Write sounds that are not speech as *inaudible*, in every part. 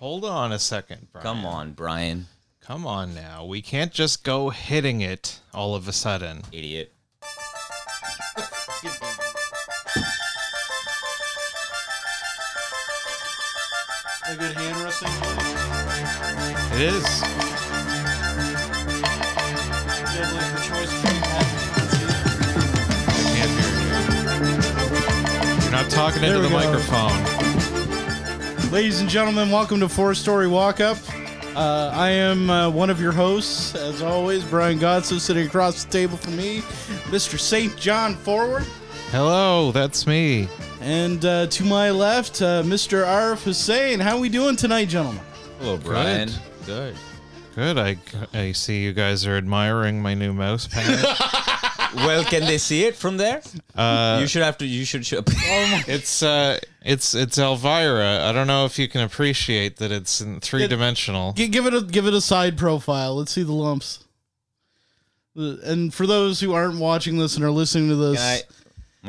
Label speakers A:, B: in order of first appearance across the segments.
A: Hold on a second, Brian.
B: Come on, Brian.
A: Come on now. We can't just go hitting it all of a sudden.
B: Idiot.
C: A good hand wrestling.
A: It is.
C: You have like the choice between that and
A: I can't hear you. You're not talking
C: There
A: into
C: we
A: the
C: go.
A: microphone.
C: two. Ladies and gentlemen, welcome to Four Story Walk Up. Uh, I am uh, one of your hosts, as always, Brian Godso, sitting across the table from me, Mr. St. John Forward.
A: Hello, that's me.
C: And uh, to my left, uh, Mr. Arif Hussein. How we doing tonight, gentlemen?
B: Hello, Brian.
A: Good. Good. I, I see you guys are admiring my new mouse
B: *laughs*
A: pad.
B: well, can they see it from there?
A: Uh,
B: you should have to. You should. show
A: it's uh it's it's Elvira. I don't know if you can appreciate that it's in three dimensional.
C: G- give it a give it a side profile. Let's see the lumps. Uh, And for those who aren't watching this and are listening to this,
B: I,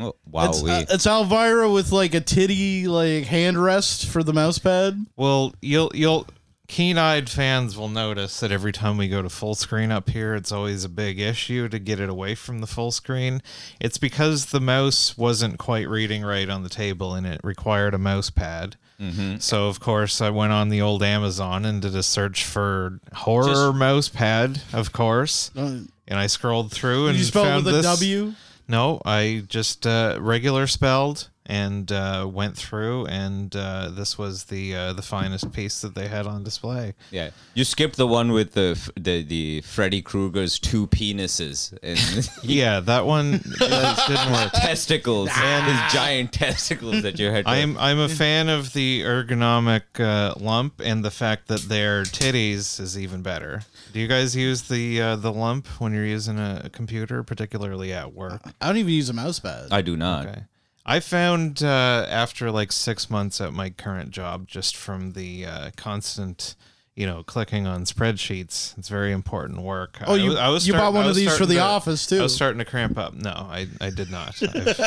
B: oh, wow,
C: it's,
B: we.
C: uh, it's Elvira with like a titty like hand rest for the mouse pad.
A: Well, you'll you'll keen-eyed fans will notice that every time we go to full screen up here, it's always a big issue to get it away from the full screen. It's because the mouse wasn't quite reading right on the table, and it required a mouse pad.
C: Mm-hmm.
A: So of course I went on the old Amazon and did a search for horror mouse pad, of course,
C: Uh,
A: and I scrolled through and
C: you spell it
A: found
C: with a W.
A: this. No, I just uh, regular spelled and uh, went through, and uh, this was the uh, the finest piece that they had on display.
B: yeah, you skipped the one with the f- the the Freddy Krueger's two penises and *laughs*
A: Yeah, that one uh, didn't work.
B: testicles and his giant testicles that you had. to-
A: I'm I'm a fan of the ergonomic uh, lump, and the fact that they're titties is even better. Do you guys use the uh, the lump when you're using a, a computer, particularly at work?
C: I don't even use a mouse pad.
B: I do not.
A: Okay. I found uh, after like six months at my current job, just from the uh, constant, you know, clicking on spreadsheets, it's very important work.
C: Oh, you- you bought one of these for
A: starting
C: the
A: to-
C: office, too.
A: I was starting to cramp up. No, I, I did not. *laughs* I've, I've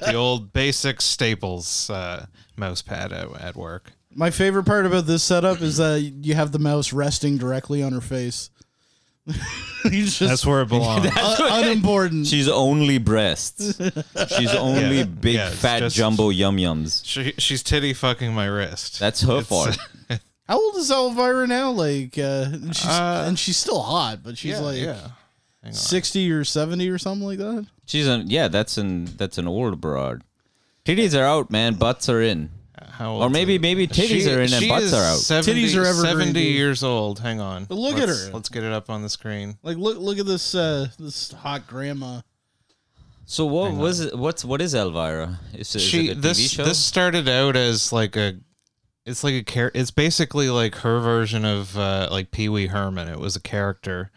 A: got the old basic Staples uh, mouse pad at, at work.
C: My favorite part about this setup is that you have the mouse resting directly on her face. *laughs* He's just
A: That's where *laughs* it belongs.
C: un- unimportant.
B: She's
A: *laughs*
B: only breasts. She's only
A: Yeah.
B: big
A: Yeah, it's
B: fat
A: just-
B: jumbo yum yums.
A: she, she's titty fucking my wrist.
B: That's her
A: It's- *laughs*
B: fault.
C: How old is Elvira now? Like, uh, and she's
A: Uh,
C: and she's still hot, but she's
A: yeah,
C: like
A: yeah. Hang on.
C: sixty or seventy or something like that.
B: She's an yeah. That's an that's an old broad. Titties are out, man. Butts are in.
A: How
B: Or
A: old
B: maybe
A: is-
B: maybe titties
A: She-
B: are in and
A: she
B: butts
A: is
B: are out.
A: 70,
C: Titties are evergreen,
A: 70
C: dude.
A: years old. Hang on.
C: But look at
A: Let's-
C: her.
A: Let's get it up on the screen.
C: Like, look look at this uh, this hot grandma.
B: So what was it, what's what is Elvira? Is, it- is
A: she
B: it a
A: this
B: TV show?
A: this started out as like a it's like a char- it's basically like her version of uh, like Pee Wee Herman. It was a character.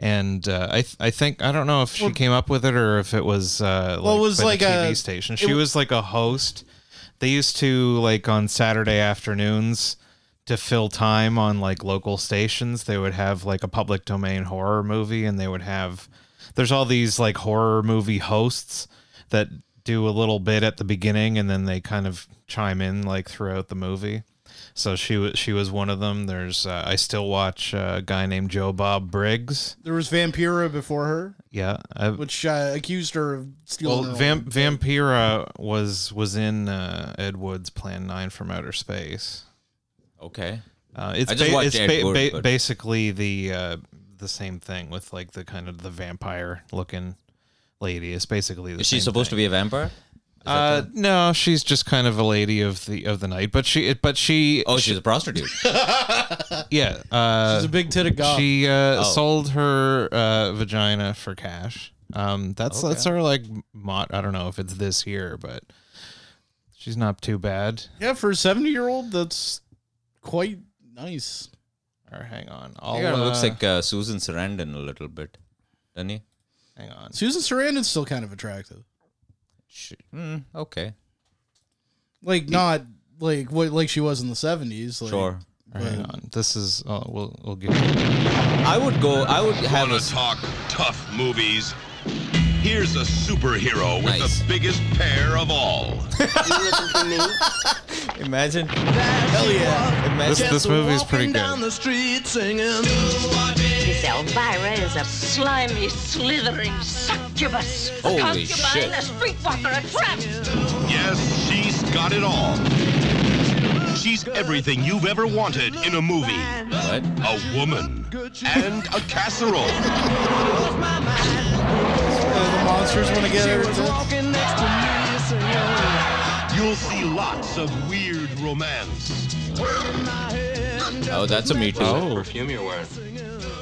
A: And uh, I th- I think I don't know if she came up with it or if it was uh like,
C: Well, it was
A: by the
C: like
A: TV
C: a-
A: station. She was like a host. They used to like on Saturday afternoons to fill time on like local stations they would have like a public domain horror movie and they would have there's all these like horror movie hosts that do a little bit at the beginning and then they kind of chime in like throughout the movie so she was she was one of them there's uh, i still watch uh, a guy named joe bob briggs
C: There was Vampira before her,
A: yeah I,
C: which uh, accused her of
A: well
C: stealing. her
A: Vamp- vampira was was in uh, ed wood's plan 9 from outer space
B: okay.
A: Uh, it's
B: I just
A: ba-
B: watched
A: it's
B: Ed
A: ba-
B: Wood,
A: ba-
B: but-
A: basically the uh, the same thing with like the kind of the vampire looking lady. It's basically the
B: Is she supposed to be a vampire?
A: be? Uh, no, she's just kind of a lady of the of the night. But she it, but she
B: Oh, she's
A: *laughs*
B: a prostitute.
A: yeah uh,
C: She's a big titted goth.
A: she uh,
B: Oh.
A: sold her uh, vagina for cash. Um, that's that's her like mot. I don't know if it's this year, but she's not too bad.
C: yeah, for a seventy year old, that's quite nice.
A: Or hang on, I'll,
B: It kind of looks
A: uh,
B: like uh, Susan Sarandon a little bit, doesn't he?
A: hang on.
C: Susan Sarandon's still kind of attractive.
B: She, mm, okay,
C: Like not like what like she was in the seventies. Like,
B: sure.
A: Or hang on. This is oh, we'll we'll give.
B: I would go. I would have a
D: Wanna talk tough movies? Here's a superhero with
B: Nice.
D: the biggest pair
B: *laughs*
D: of all.
E: You listen to me.
B: Imagine.
C: Hell yeah.
A: This,
B: Imagine.
A: this movie's pretty good.
D: the street singing.
F: Miss Elvira is a slimy, slithering succubus.
B: Holy
F: a concubine,
B: shit.
F: a streetwalker, a tramp.
D: Yes, she's got it all. She's everything you've ever wanted in a movie.
B: What?
D: A woman and a casserole.
C: uh, The monsters want to get her. to-
D: You'll see lots of weird romance.
B: Oh, that's a me too.
A: Oh,
E: Perfume you're wearing.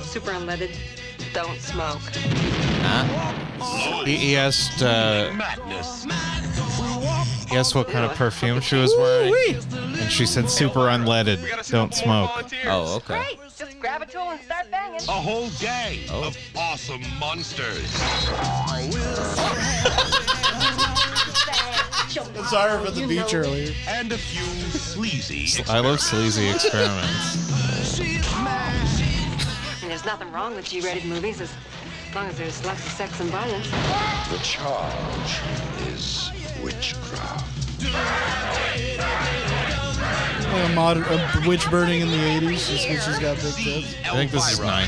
F: Super unleaded. Don't smoke.
A: he, he asked. Uh,
D: Madness.
A: he asked what kind of perfume she was wearing, and she said super unleaded. Don't smoke.
B: Oh, okay.
F: Just grab a tool and start banging.
D: A whole gang
B: Oh.
D: of awesome monsters.
C: I'm sorry for the beach earlier.
D: And
B: *laughs*
D: a few sleazy.
A: I love sleazy experiments.
F: And there's nothing wrong with G-rated movies as long as there's lots of sex and violence.
D: The charge is witchcraft.
C: Like a, modern, a witch burning in the 80s, just because she's got big
D: See
C: tits.
A: I think this is
D: Elvira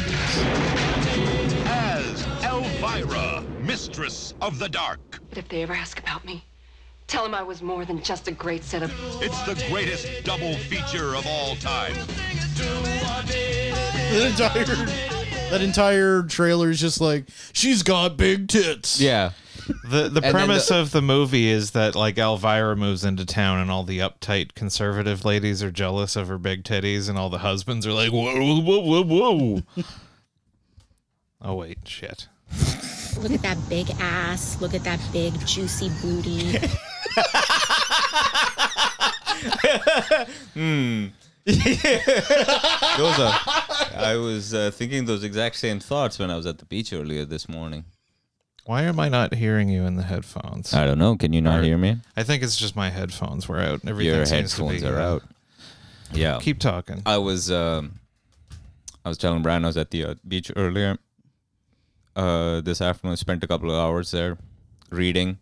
A: 90s.
D: as Elvira, Mistress of the Dark.
F: But if they ever ask about me, tell them I was more than just a great set of...
D: It's the greatest double feature of all time.
C: *laughs* That entire, that entire trailer is just like, she's got big tits.
B: Yeah.
A: The the
B: then
A: premise
B: the-
A: of the movie is that like Elvira moves into town and all the uptight conservative ladies are jealous of her big titties and all the husbands are like whoa whoa whoa whoa. oh wait, shit.
G: Look at that big ass. Look at that big juicy booty.
B: Those
A: *laughs*
B: are. I was uh, thinking those exact same thoughts when I was at the beach earlier this morning.
A: Why am I not hearing you in the headphones?
B: I don't know. Can you not hear me?
A: I think it's just my headphones were out. Everything
B: Your
A: seems to
B: headphones
A: be- uh,
B: are out. Yeah.
A: Keep talking.
B: I was um, I was telling Brian I was at the uh, beach earlier uh, this afternoon. Spent a couple of hours there reading,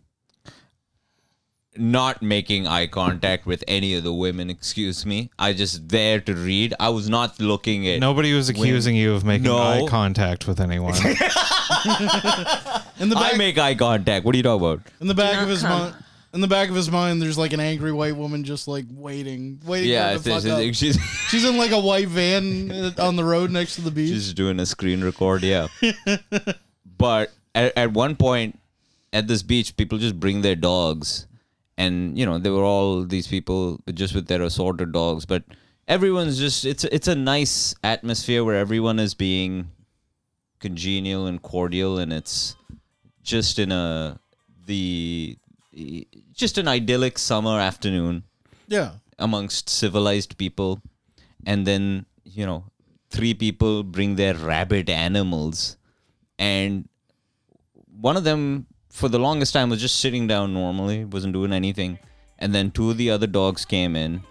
B: not making eye contact with any of the women. Excuse me. I just there to read. I was not looking at.
A: Nobody was accusing you of making
B: No.
A: eye contact with
B: *laughs*
A: anyone.
C: In the back,
B: I make eye contact. What are you talking about?
C: in the back
G: not
C: of his
G: come.
C: mind. In the back of his mind, there's like an angry white woman just like waiting, waiting
B: Yeah,
C: for him
B: it's-
C: to fuck up.
B: it's- she's
C: She's in like a white van *laughs* uh, on the road next to the beach.
B: she's doing a screen record. Yeah, *laughs* but at, at one point at this beach, people just bring their dogs, and you know they were all these people just with their assorted dogs. But everyone's just it's it's a nice atmosphere where everyone is being congenial and cordial, and it's just in a the just an idyllic summer afternoon
C: yeah.
B: amongst civilized people and then you know three people bring their rabid animals and one of them for the longest time was just sitting down normally wasn't doing anything and then two of the other dogs came in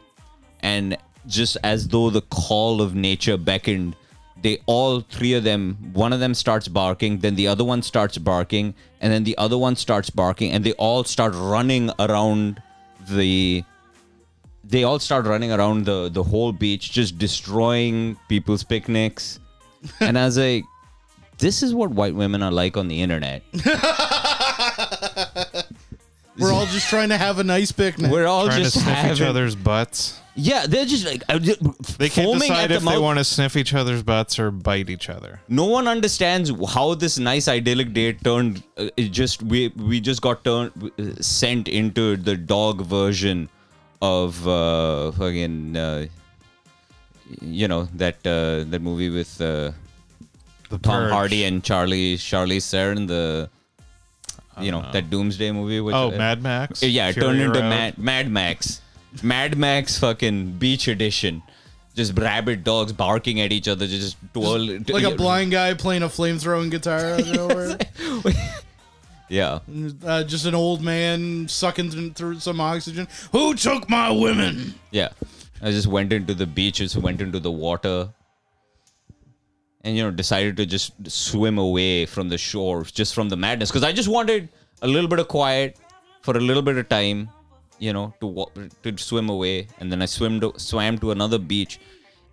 B: and just as though the call of nature beckoned they all three of them one of them starts barking then the other one starts barking and then the other one starts barking and they all start running around the they all start running around the the whole beach just destroying people's
A: *laughs*
B: picnics and i was like this is what white women are like on
A: *laughs*
B: the internet
C: We're all just trying to have a nice picnic.
B: we're all
A: Trying to
B: just
A: sniff each
B: having-
A: other's butts.
B: yeah they're just like uh, ju-
A: They can't
B: foaming at
A: decide
B: the
A: if they
B: mouth.
A: want to sniff each other's butts or bite each other.
B: no one understands how this nice idyllic day turned uh, it just we we just got turned uh, sent into the dog version of uh fucking uh, you know that uh, that movie with uh,
A: The
B: Tom
A: Purge.
B: Hardy and Charlie Charlie Theron the you know, that Doomsday movie. Which,
A: Uh-huh. Oh,
B: uh,
A: Mad Max.
B: Yeah, it
A: Fury
B: turned into
A: Road.
B: Mad, Mad Max, Mad Max fucking beach edition. Just rabid dogs barking at each other, just twirl
C: like a blind guy playing a flamethrowing guitar
B: *laughs*
C: out of nowhere.
B: Yeah,
C: uh, just an old man sucking th- through some oxygen. Who took my women?
B: yeah. I just went into the beach, just went into the water, and you know decided to just swim away from the shore just from the madness because i just wanted a little bit of quiet for a little bit of time you know to wa- to swim away and then i swam to, swam to another beach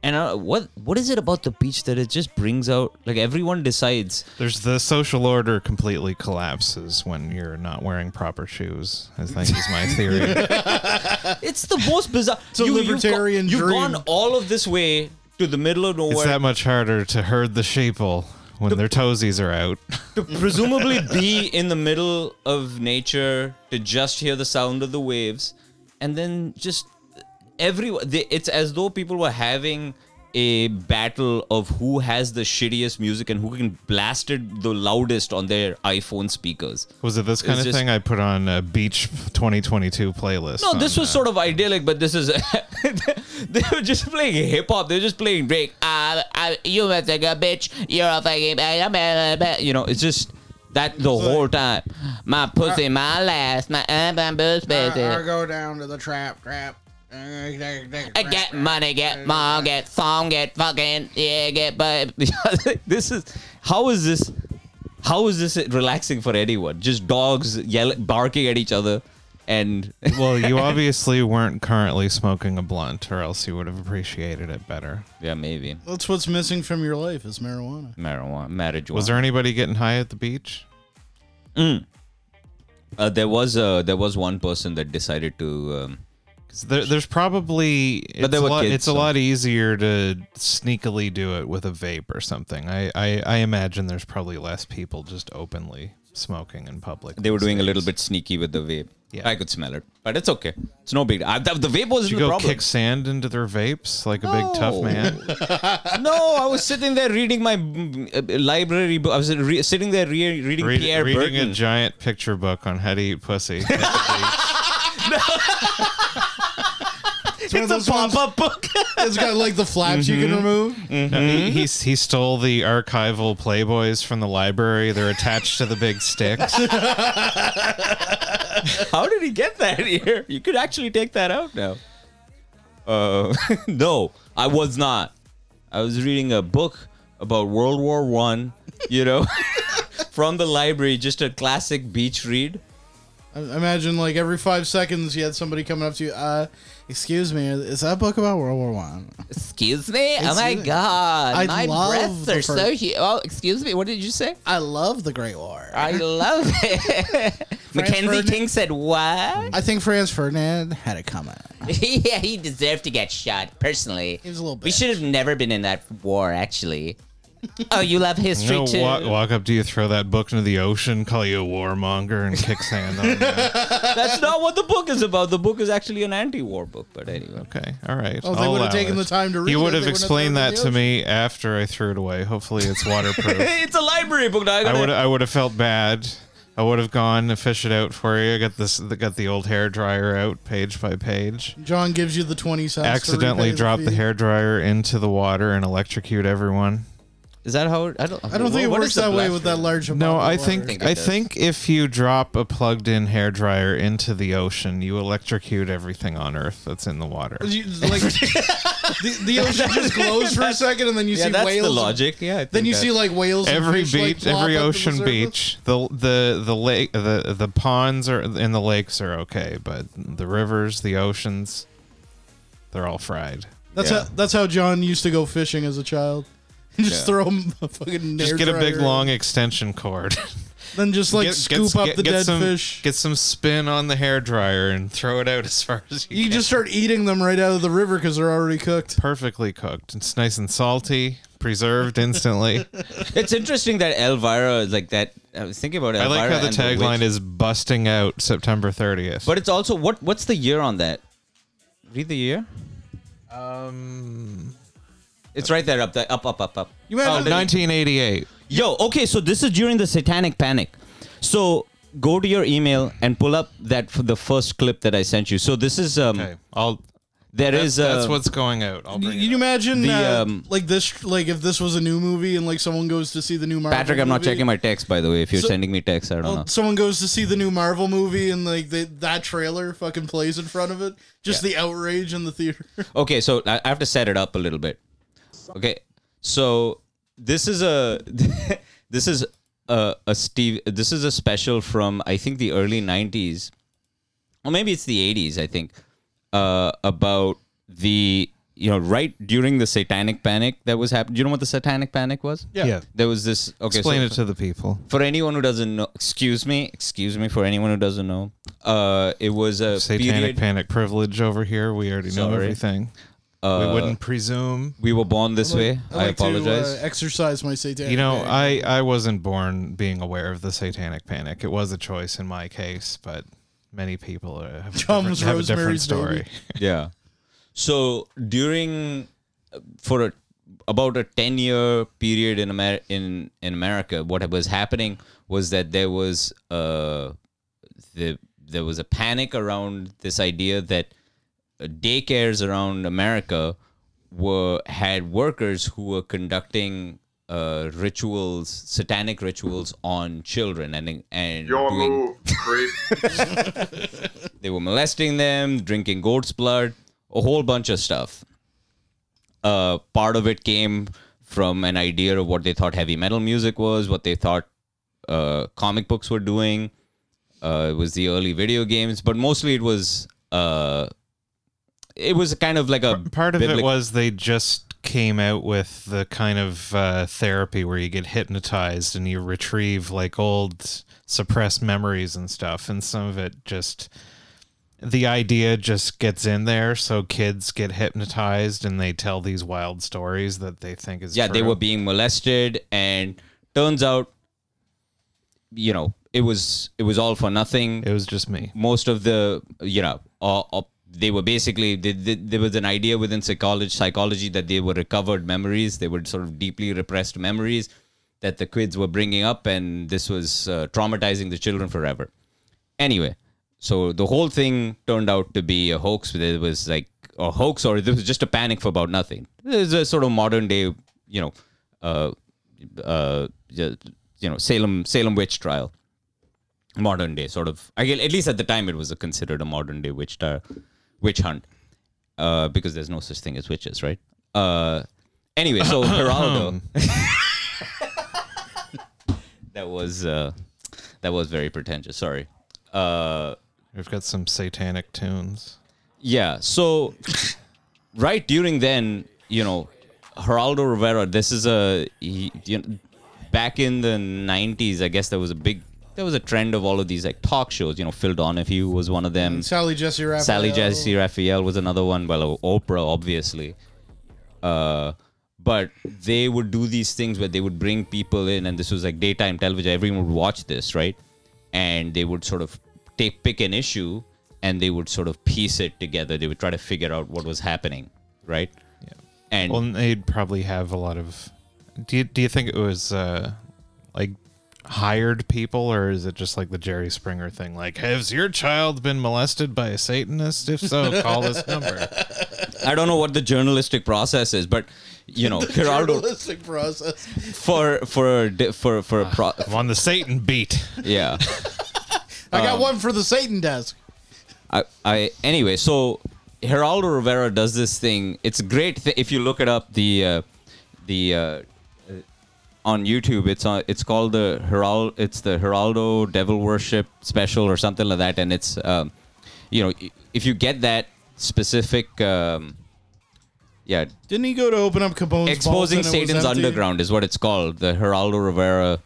B: and uh, what what is it about the beach that it just brings out like everyone decides
A: There's the social order completely collapses when you're not wearing proper shoes. I think is
B: *laughs*
A: my theory.
B: it's the most *laughs* bizarre it's
C: a libertarian
B: you've,
C: dream.
B: gone all of this way to the middle of
A: it's
B: nowhere
A: that much harder to herd the sheeple when their toesies are out.
B: to presumably be in the middle of nature to just hear the sound of the waves and then just everyone they, it's as though people were having a battle of who has the shittiest music and who can blast it the loudest on their iphone speakers
A: Was it this kind of
B: just-
A: thing? I put on a beach 2022 playlist.
B: no this was sort of idyllic but this is *laughs* they were just playing hip-hop they were just playing drake ah, ah, you must like a bitch you're a fucking bad, bad, bad. you know it's just that the whole time my pussy my last my uh, my boots,
E: I,
B: baby.
E: I go down to the trap, trap. I
B: I get money, get mom, get song, get fucking yeah, get but *laughs* this is how is this how is this relaxing for anyone? Just dogs yelling, barking at each other, and *laughs*
A: uh, well, you obviously weren't currently smoking a blunt, or else you would have appreciated it better.
B: yeah, maybe
C: That's what's missing from your life is marijuana.
B: marijuana, marijuana.
A: Was there anybody getting high at the beach?
B: Uh, there was uh, there was one person that decided to. Um,
A: 'Cause There, there's probably it's,
B: there
A: a
B: were
A: lot,
B: kids,
A: it's a
B: so-
A: lot easier to sneakily do it with a vape or something. I, I, I imagine there's probably less people just openly smoking in public.
B: they were
A: these
B: doing a
A: days.
B: little bit sneaky with the vape.
A: Yeah.
B: I could smell it, but it's okay. It's no big. I, the, the vape wasn't
A: Did you
B: the
A: go
B: problem.
A: kick sand into their vapes like a big tough
B: No. *laughs*
A: man?
B: no, I was sitting there reading my mm, uh, library book. I was re- sitting there re- reading
A: Read-
B: Pierre
A: reading
B: Burton.
A: a giant picture book on how to eat
B: *laughs*
A: pussy. at the
C: It's, one of those ones-
B: book.
C: it's got like the flaps you
A: Mm-hmm.
C: can remove.
A: beach. No, he,
B: Hmm?
A: he, he stole the archival Playboys from the library. They're attached to the big
B: *laughs*
A: sticks.
B: How did he get that *laughs* here? You could actually take that out now. Uh, *laughs* no, I was not. I was reading a book about World War One. You know, *laughs* from the library, just a classic beach read.
C: I imagine like every five seconds you had somebody coming up to you. Uh, excuse me, is that book about World War One?
B: Excuse me. oh my
C: Excuse me.
B: god,
C: I
B: my
C: love
B: breasts
C: the
B: are so
C: first-
B: huge. Oh, excuse me. What did you say?
C: I love the Great War. I,
B: I
C: *laughs*
B: love it. Mackenzie
C: Ferdinand-
B: King said, What?
C: think Franz Ferdinand had it coming.
B: *laughs* yeah, he deserved to get shot, personally.
C: Mm. He was a little
B: We
C: bitch.
B: should have never been in that war, actually. oh, you love history
A: You know,
B: too?
A: walk, walk up to you, throw that book into the ocean, call you a warmonger, and kick sand on you.
B: That's not what the book is about. The book is actually an anti war book,
C: *laughs*
B: but anyway.
A: Okay, all right.
C: Oh, they
A: I'll
C: would've
A: allow
C: taken
A: it.
C: the time to read
A: He
C: it,
A: would
C: they wouldn't
A: have
C: have
A: explained
C: thrown it in
A: that
C: the
A: to
C: ocean.
A: me after I threw it away. Hopefully,
C: *laughs*
A: it's waterproof.
B: it's a library book. Now I
A: I
B: gotta-
A: would I would have felt bad. I would have gone to fish it out for you. I got this got the old hair dryer out page by page.
C: John gives you the twenty cents. to repay
A: Accidentally dropped the
C: fee.
A: hair dryer into the water and electrocute everyone.
B: Is that how? It, I don't.
C: I don't think it
B: what
C: works
B: is the
C: that way
B: blast
C: with that
B: rate?
C: large.
A: No,
C: amount of
A: I
C: water.
A: think
B: think it
A: I
B: does.
A: think if you drop a plugged in hair dryer into the ocean, you electrocute everything on Earth that's in the water.
C: You- like
A: *laughs*
C: the, the ocean just glows for a second, and then you
B: Yeah,
C: see
B: that's
C: whales.
B: the logic.
C: *laughs*
B: Yeah. I
C: Then
B: think
C: you
B: that-
C: see like whales. and
A: every
C: fish, like,
A: beach,
C: plop
A: every
C: up to the
A: ocean
C: surface.
A: beach, the the the lake, the the ponds are and the lakes are okay, but the rivers, the oceans, they're all fried.
C: That's
B: Yeah.
C: how that's how John used to go fishing as a child. *laughs* just
B: Yeah.
C: throw him a fucking.
A: Just
C: hair
A: get a big
C: dryer.
A: long extension cord.
C: Then just
A: *laughs*
C: like scoop up the dead
A: some,
C: fish.
A: Get some spin on the hair dryer and throw it out as far as you,
C: you
A: can.
C: just start eating them right out of the river because they're already cooked.
A: perfectly cooked. It's nice and salty,
C: *laughs*
A: preserved instantly.
B: It's interesting that Elvira is like that. I was thinking about
A: I
B: Elvira.
A: like how the
B: and
A: tagline
B: witch.
A: is "Busting Out September 30th."
B: But it's also what? What's the year on that? Read the year.
A: um,
B: It's right there, up, there, up, up, up, up.
C: You imagine-
B: the-
A: 1988.
B: Yo, okay, so this is during the Satanic Panic. So go to your email and pull up that for the first clip that I sent you. So this is um,
A: Okay, I'll.
B: there
A: That's,
B: is uh,
A: that's what's going out. I'll bring
C: Can
A: it
C: you
A: up.
C: imagine
B: The,
C: uh,
B: um,
C: like this? Like if this was a new movie and like someone goes to see the new Marvel.
B: Patrick. I'm not
C: movie-
B: checking my text by the way. If you're
C: So-
B: sending me texts, I don't
C: Well,
B: know.
C: someone goes to see the new Marvel movie and like they, that trailer fucking plays in front of it. Just the outrage in the theater. *laughs*
B: Okay, so I I have to set it up a little bit. Okay, so this is a *laughs* this is a, a Steve this is a special from I think the early 90s or maybe it's the 80s I think uh, about the you know right during the satanic panic that was happening do you know what the satanic panic was
A: Yeah.
B: there was this okay
A: Explain
B: so
A: it to the people.
B: for anyone who doesn't know excuse me excuse me for anyone who doesn't know uh it was a
A: Satanic
B: period
A: panic privilege over here. We already know
B: Sorry.
A: everything. we wouldn't presume.
B: we were born this way
C: I,
B: i
C: like
B: apologize
C: To, uh, exercise my satanic.
A: You know,
C: panic.
A: I, I wasn't born being aware of the satanic panic. It was a choice in my case, but many people are, have, a
C: Chum's
A: different, have a different
C: Rosemary's Baby.
A: story.
B: yeah so during for a, about a 10 year period in, Amer- in in america what was happening was that there was uh the there was a panic around this idea that uh, daycares around america were had workers who were conducting uh, rituals, satanic rituals on children, and and doing- *laughs* they were molesting them, drinking goat's blood, a whole bunch of stuff. Uh, part of it came from an idea of what they thought heavy metal music was, what they thought uh, comic books were doing. Uh, it was the early video games, but mostly it was uh, it was kind of like a
A: Part of it
B: biblical-
A: was they just came out with the kind of uh, therapy where you get hypnotized and you retrieve like old suppressed memories and stuff. And some of it just the idea just gets in there, so kids get hypnotized and they tell these wild stories that they think is
B: yeah they
A: true.
B: were being molested and turns out you know it was it was all for nothing
A: It was just me.
B: most of the you know uh, uh, they were basically they, they, there was an idea within psychology psychology that they were recovered memories they were sort of deeply repressed memories that the kids were bringing up and this was uh, traumatizing the children forever anyway so the whole thing turned out to be a hoax it was like a hoax or there was just a panic for about nothing there's a sort of modern day you know uh, uh, you know salem salem witch trial modern day sort of I guess, at least at the time it was a, considered a modern day witch tar, witch hunt uh, because there's no such thing as witches right uh, anyway so Geraldo *laughs* that was uh, that was very pretentious sorry uh,
A: We've got some satanic tunes.
B: yeah so right during then you know Geraldo Rivera this is a he, you know, back in the 90s I guess there was a big there was a trend of all of these like talk shows you know Phil Donahue was one of them
C: Sally Jesse Raphael.
B: um, Sally
C: *laughs*
B: Jesse Raphael was another one. Well, Oprah, obviously. Uh, but they would do these things where they would bring people in, and this was like daytime television. Everyone would watch this, right? And they would sort of take pick an issue, and they would sort of piece it together. They would try to figure out what was happening, right? Yeah. And
A: Well, and they'd probably have a lot of. Do you, do you think it was uh, like hired people, or is it just like the Jerry Springer thing? Like, has your child been molested by a Satanist? If so, call this
C: *laughs*
A: number.
B: I don't know what the journalistic process is, but you know, Gerardo
C: Journalistic process.
B: for for a- for for a pro,
A: I'm on the Satan beat.
B: yeah.
C: I
B: Um,
C: got one for the Satan desk.
B: I, I anyway, so Geraldo Rivera does this thing. It's a great thing if you look it up. The uh, the uh, uh, on YouTube, it's on. It's called the Geraldo. It's the Geraldo Devil Worship Special or something like that. And it's um, you know, i- if you get that specific, um, yeah,
C: Didn't he go to open up Capone's
B: exposing
C: vault and it was
B: Satan's
C: empty?
B: Underground is what it's called. The Geraldo Rivera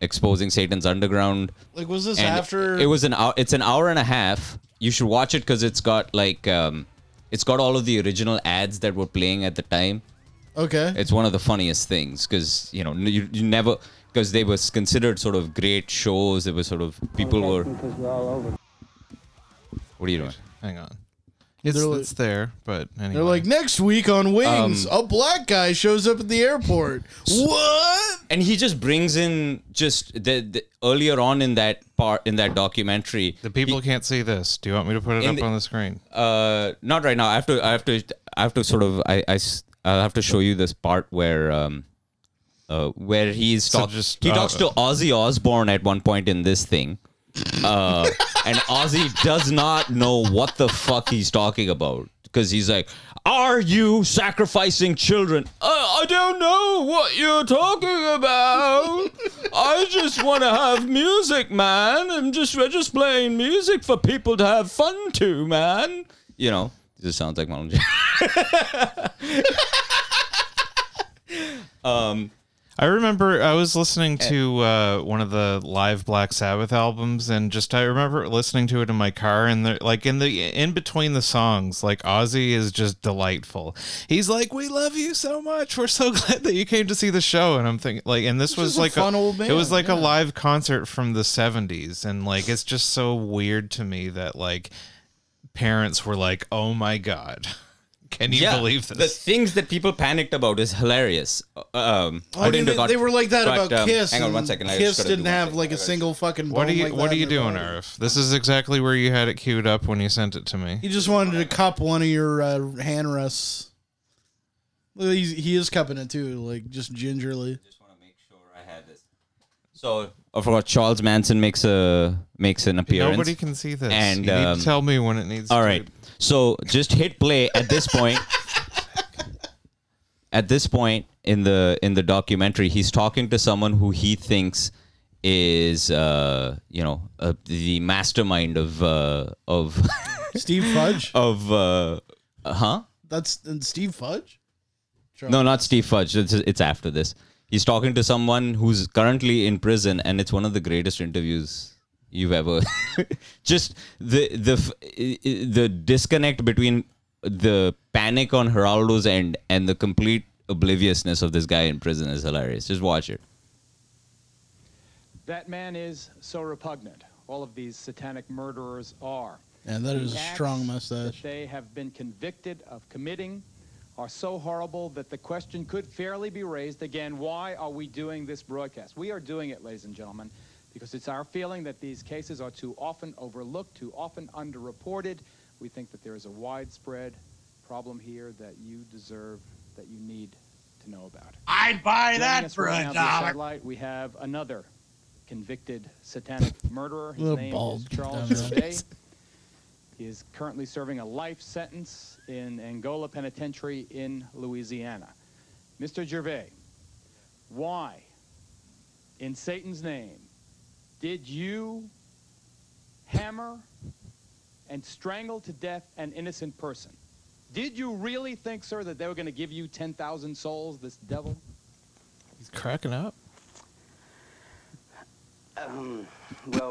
B: exposing Satan's Underground
C: Like, was this
B: and
C: after?
B: it was an hour it's an hour and a half you should watch it because it's got like um it's got all of the original ads that were playing at the time
C: okay.
B: it's one of the funniest things because you know n- you, you never because they was considered sort of great shows they were sort of people were what are you doing
A: Hang on. It's,
C: They're like-
A: it's there, but anyway.
C: They're like next week on Wings, a black guy shows up at the airport. *laughs* what?
B: and he just brings in just the, the earlier on in that part in that documentary
A: the people can't see this. Do you want me to put it
B: In
A: up
B: the-
A: on the screen?
B: uh not right now i have to i have to i have to sort of i i will have to show you this part where um uh where he's
A: So
B: talk,
A: just,
B: he
A: uh,
B: talks to ozzy osbourne at one point in this thing *laughs* uh and ozzy does not know what the fuck he's talking about because he's like, "Are you sacrificing children?" "Uh, I, I don't know what you're talking about. I just want to have music, man. I'm just we're just playing music for people to have fun to, man. You know, this sounds
A: *laughs*
B: like Marlon. Jack-
A: I remember I was listening
C: Eh.
A: to uh, one of the live Black Sabbath albums, and just I remember listening to it in my car, and the, like in the in between the songs, like Ozzy is just delightful. He's like, "We love you so much. We're so *laughs* glad that you came to see the show." And I'm thinking, like, and this was
C: is a
A: like
C: fun old
A: it was
C: band,
A: like
C: yeah.
A: a live concert from the '70s, and like it's just so weird to me that like parents were like, "Oh my god, *laughs* can you believe
B: The
A: this?"
B: things that people panicked about is hilarious. Um,
C: I mean, Oh, they, they were like that
B: but,
C: about
B: um,
C: Kiss.
B: Hang on
C: and
B: one second. I
C: Kiss
B: just gotta do
C: didn't
B: one
C: have
B: thing.
C: like a single fucking.
A: What are
C: bone
A: you
C: like that
A: What are
C: in
A: you
C: their
A: doing,
C: body.
A: Irv? This is exactly where you had it queued up when you sent it to me.
C: He just wanted to cup one of your uh, hand rests. Well, He's, he is cupping it too, like just gingerly.
B: So, of course, Charles Manson makes a makes an appearance.
A: Nobody can see this.
B: And,
A: you need
B: um,
A: to tell me when it needs.
B: All
A: to.
B: right. So just hit play at this
A: *laughs*
B: point. at this point in the in the documentary, he's talking to someone who he thinks is uh, you know uh, the mastermind of uh, of
C: Steve Fudge.
B: of uh, huh?
C: That's and Steve Fudge.
B: No, not Steve Fudge. It's, it's after this. He's talking to someone who's currently in prison, and it's one of the greatest interviews you've ever. *laughs* Just the the f- i- i- the disconnect between the panic on Geraldo's end and the complete obliviousness of this guy in prison is hilarious. Just watch it.
H: That man is so repugnant. All of these satanic murderers are.
C: And that is
H: The
C: a
H: acts
C: strong
H: That
C: mustache.
H: they have been convicted of committing are so horrible that the question could fairly be raised again why are we doing this broadcast? We are doing it, ladies and gentlemen, because it's our feeling that these cases are too often overlooked, too often underreported. We think that there is a widespread problem here that you deserve, that you need to know about.
E: I'd buy
H: Joining
E: that
H: us
E: for
H: right now
E: a
H: via
E: dollar.
H: satellite, we have another convicted satanic murderer. His
C: Little
H: name
C: bald
H: is Charles
C: down there.
H: Jaudet. He is currently serving a life sentence in Angola Penitentiary in Louisiana. Mr. Gervais, why, in Satan's name, did you hammer and strangle to death an innocent person? Did you really think, sir, that they were going to give you 10,000 souls, this devil?
A: He's cracking up.
I: Well,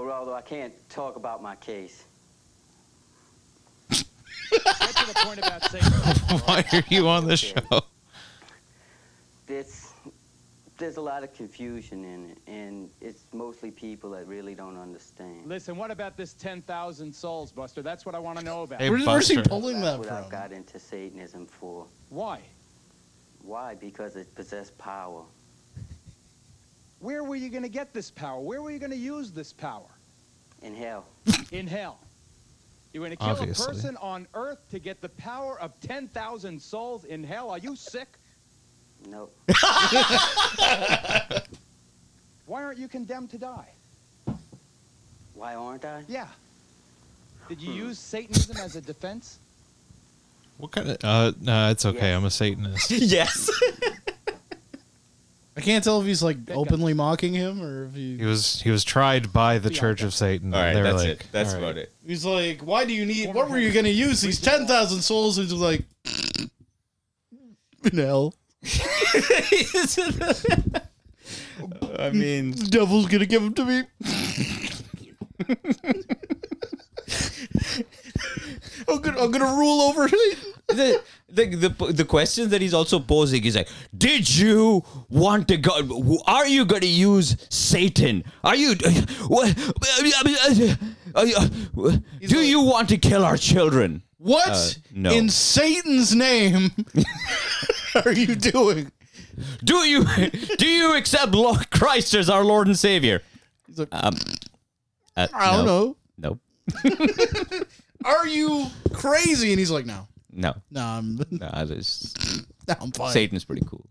I: Raldo, I can't talk about my case.
H: Get to the point about
I: *laughs*
H: Satan.
A: *laughs* Why are you on the show?
I: There's, there's a lot of confusion in it, and it's mostly people that really don't understand.
H: Listen, what about this 10,000 souls, Buster? That's what I want to know about.
A: Hey,
C: Where's, where's he
A: Buster.
C: pulling
I: That's
C: that
I: what I
C: *laughs* from?
I: got into Satanism for.
H: Why?
I: Why? Because it possessed power.
H: Where were you going to get this power? Where were you going to use this power?
I: In hell,
H: *laughs* In hell. You were going to kill
A: Obviously.
H: a person on earth to get the power of 10,000 souls in hell? Are you sick?
I: no.
H: Why aren't you condemned to die?
I: Why aren't I?
H: Yeah. Did you use Satanism as a defense?
A: What kind of? Uh, no, it's okay.
I: Yes.
A: I'm a *laughs* Satanist.
C: *laughs*
B: Yes.
C: I can't tell if he's like
H: up.
C: openly mocking him or if
A: He
C: he,
A: was he was tried by the
H: Be
A: Church
H: honest.
A: of Satan.
B: All right,
A: They were
B: that's
A: like,
B: it. That's
A: all right.
B: about it.
C: he's like, "Why do you need? What were you gonna use these ten thousand souls?" And he's like, "In hell,
B: *laughs* I mean,
C: the devil's gonna give them to me." I'm gonna, I'm gonna rule over Satan.
B: the, the the the questions that he's also posing is like, did you want to go? Are you going to use Satan? Are you? What? are you- Do you want to kill our children?
C: What
B: Uh, no.
C: in Satan's
B: *laughs*
C: name are you doing?
B: Do you do you accept Lord Christ as our Lord and Savior?
C: He's like,
B: Um, uh,
C: I don't know.
B: No,
C: Are you crazy? And he's like, no,
B: no,
C: no, I'm, *laughs*
B: no. Uh, I was-
C: no, I'm fine.
B: Satan's pretty cool.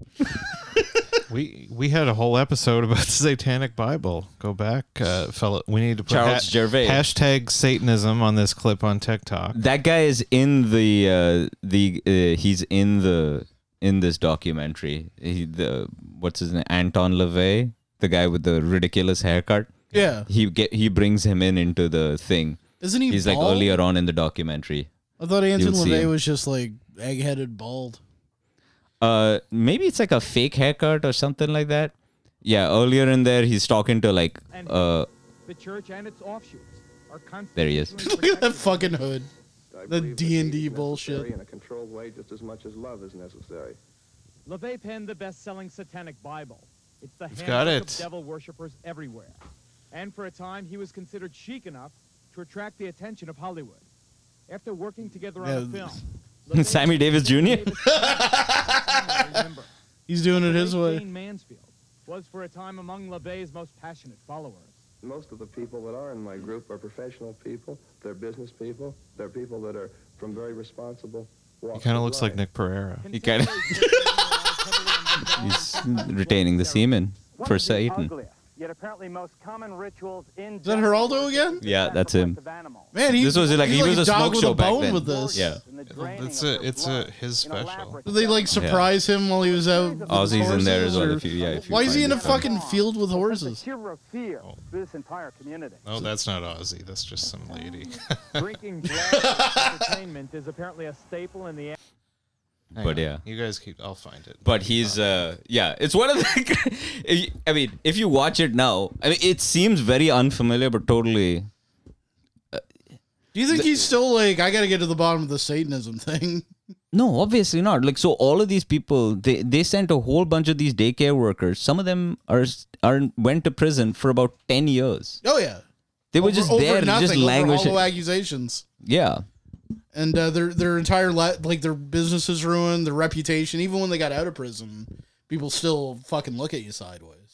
A: We we had a whole episode about the Satanic Bible. Go back, uh, fellow. We need to put
B: Charles Gervais.
A: hashtag Satanism on this clip on TikTok.
B: That guy is in the uh, the uh, he's in the in this documentary. He the what's his name Anton LaVey, the guy with the ridiculous haircut.
C: Yeah.
B: He get he brings him in into the thing.
C: Isn't he
B: He's
C: bald?
B: like earlier on in the documentary.
C: I thought Anton
B: You'll see
C: LaVey
B: him.
C: was just like egg-headed bald.
B: Uh, maybe it's like a fake haircut or something like that. Yeah, earlier in there he's talking to like uh
H: The church and its offshoots are
B: there he is.
C: *laughs* Look at that fucking hood. The D&D bullshit.
J: In a controlled way, just as much as love is necessary.
H: LeVay penned the best-selling satanic Bible. It's the handbook
A: got
H: of
A: it.
H: devil worshippers everywhere. And for a time, he was considered chic enough to attract the attention of Hollywood. After working together on a
C: Yeah.
H: film, LaVey
B: Sammy Davis Jr.?
H: I
C: *laughs*
H: remember.
C: He's doing it his
H: Late
C: way.
H: Jane Mansfield was for a time among LeVay's most passionate followers.
J: Most of the people that are in my group are professional people. They're business people. They're people that are from very responsible walks
A: He kind of
J: of
A: looks like
J: life.
A: Nick Pereira.
B: He kinda- *laughs* He's retaining the semen for Satan.
H: Yet apparently most common rituals in
C: Is that Geraldo again?
B: Yeah, that's him.
C: Man, he,
B: This was like-
C: he's
B: he was a
C: dog
B: smoke
C: with
B: show
C: a
B: back
C: bone
B: then.
C: with this.
B: Yeah.
A: It's a it's a his special.
C: Did they like surprise him while he was out? with
B: Ozzy's in there
C: horses,
B: as well.
C: or-
B: If you, yeah, if you
C: Why is he in
B: find
C: a
B: it.
C: fucking field Oh. with
H: The
C: horses?
H: shiver of fear through this entire community.
A: Oh, that's not Ozzy. That's just some lady.
H: Drinking
C: *laughs*
H: blood entertainment is apparently a staple in the
A: Hang
B: But
A: on.
B: yeah.
A: you guys keep. I'll find it.
B: But he's uh yeah, it's one of the. *laughs* I mean, if you watch it now, I mean, it seems very unfamiliar, but totally.
C: Do you think he's still like, I gotta get to the bottom of the Satanism thing? *laughs*
B: No, obviously not. Like so, all of these people, they they sent a whole bunch of these daycare workers. Some of them are are went to prison for about ten years.
C: Oh, yeah.
B: They were just there, just
C: over
B: languishing.
C: hollow accusations.
B: Yeah,
C: And uh, their their entire li- like their business is ruined, their reputation. Even when they got out of prison, people still fucking look at you sideways.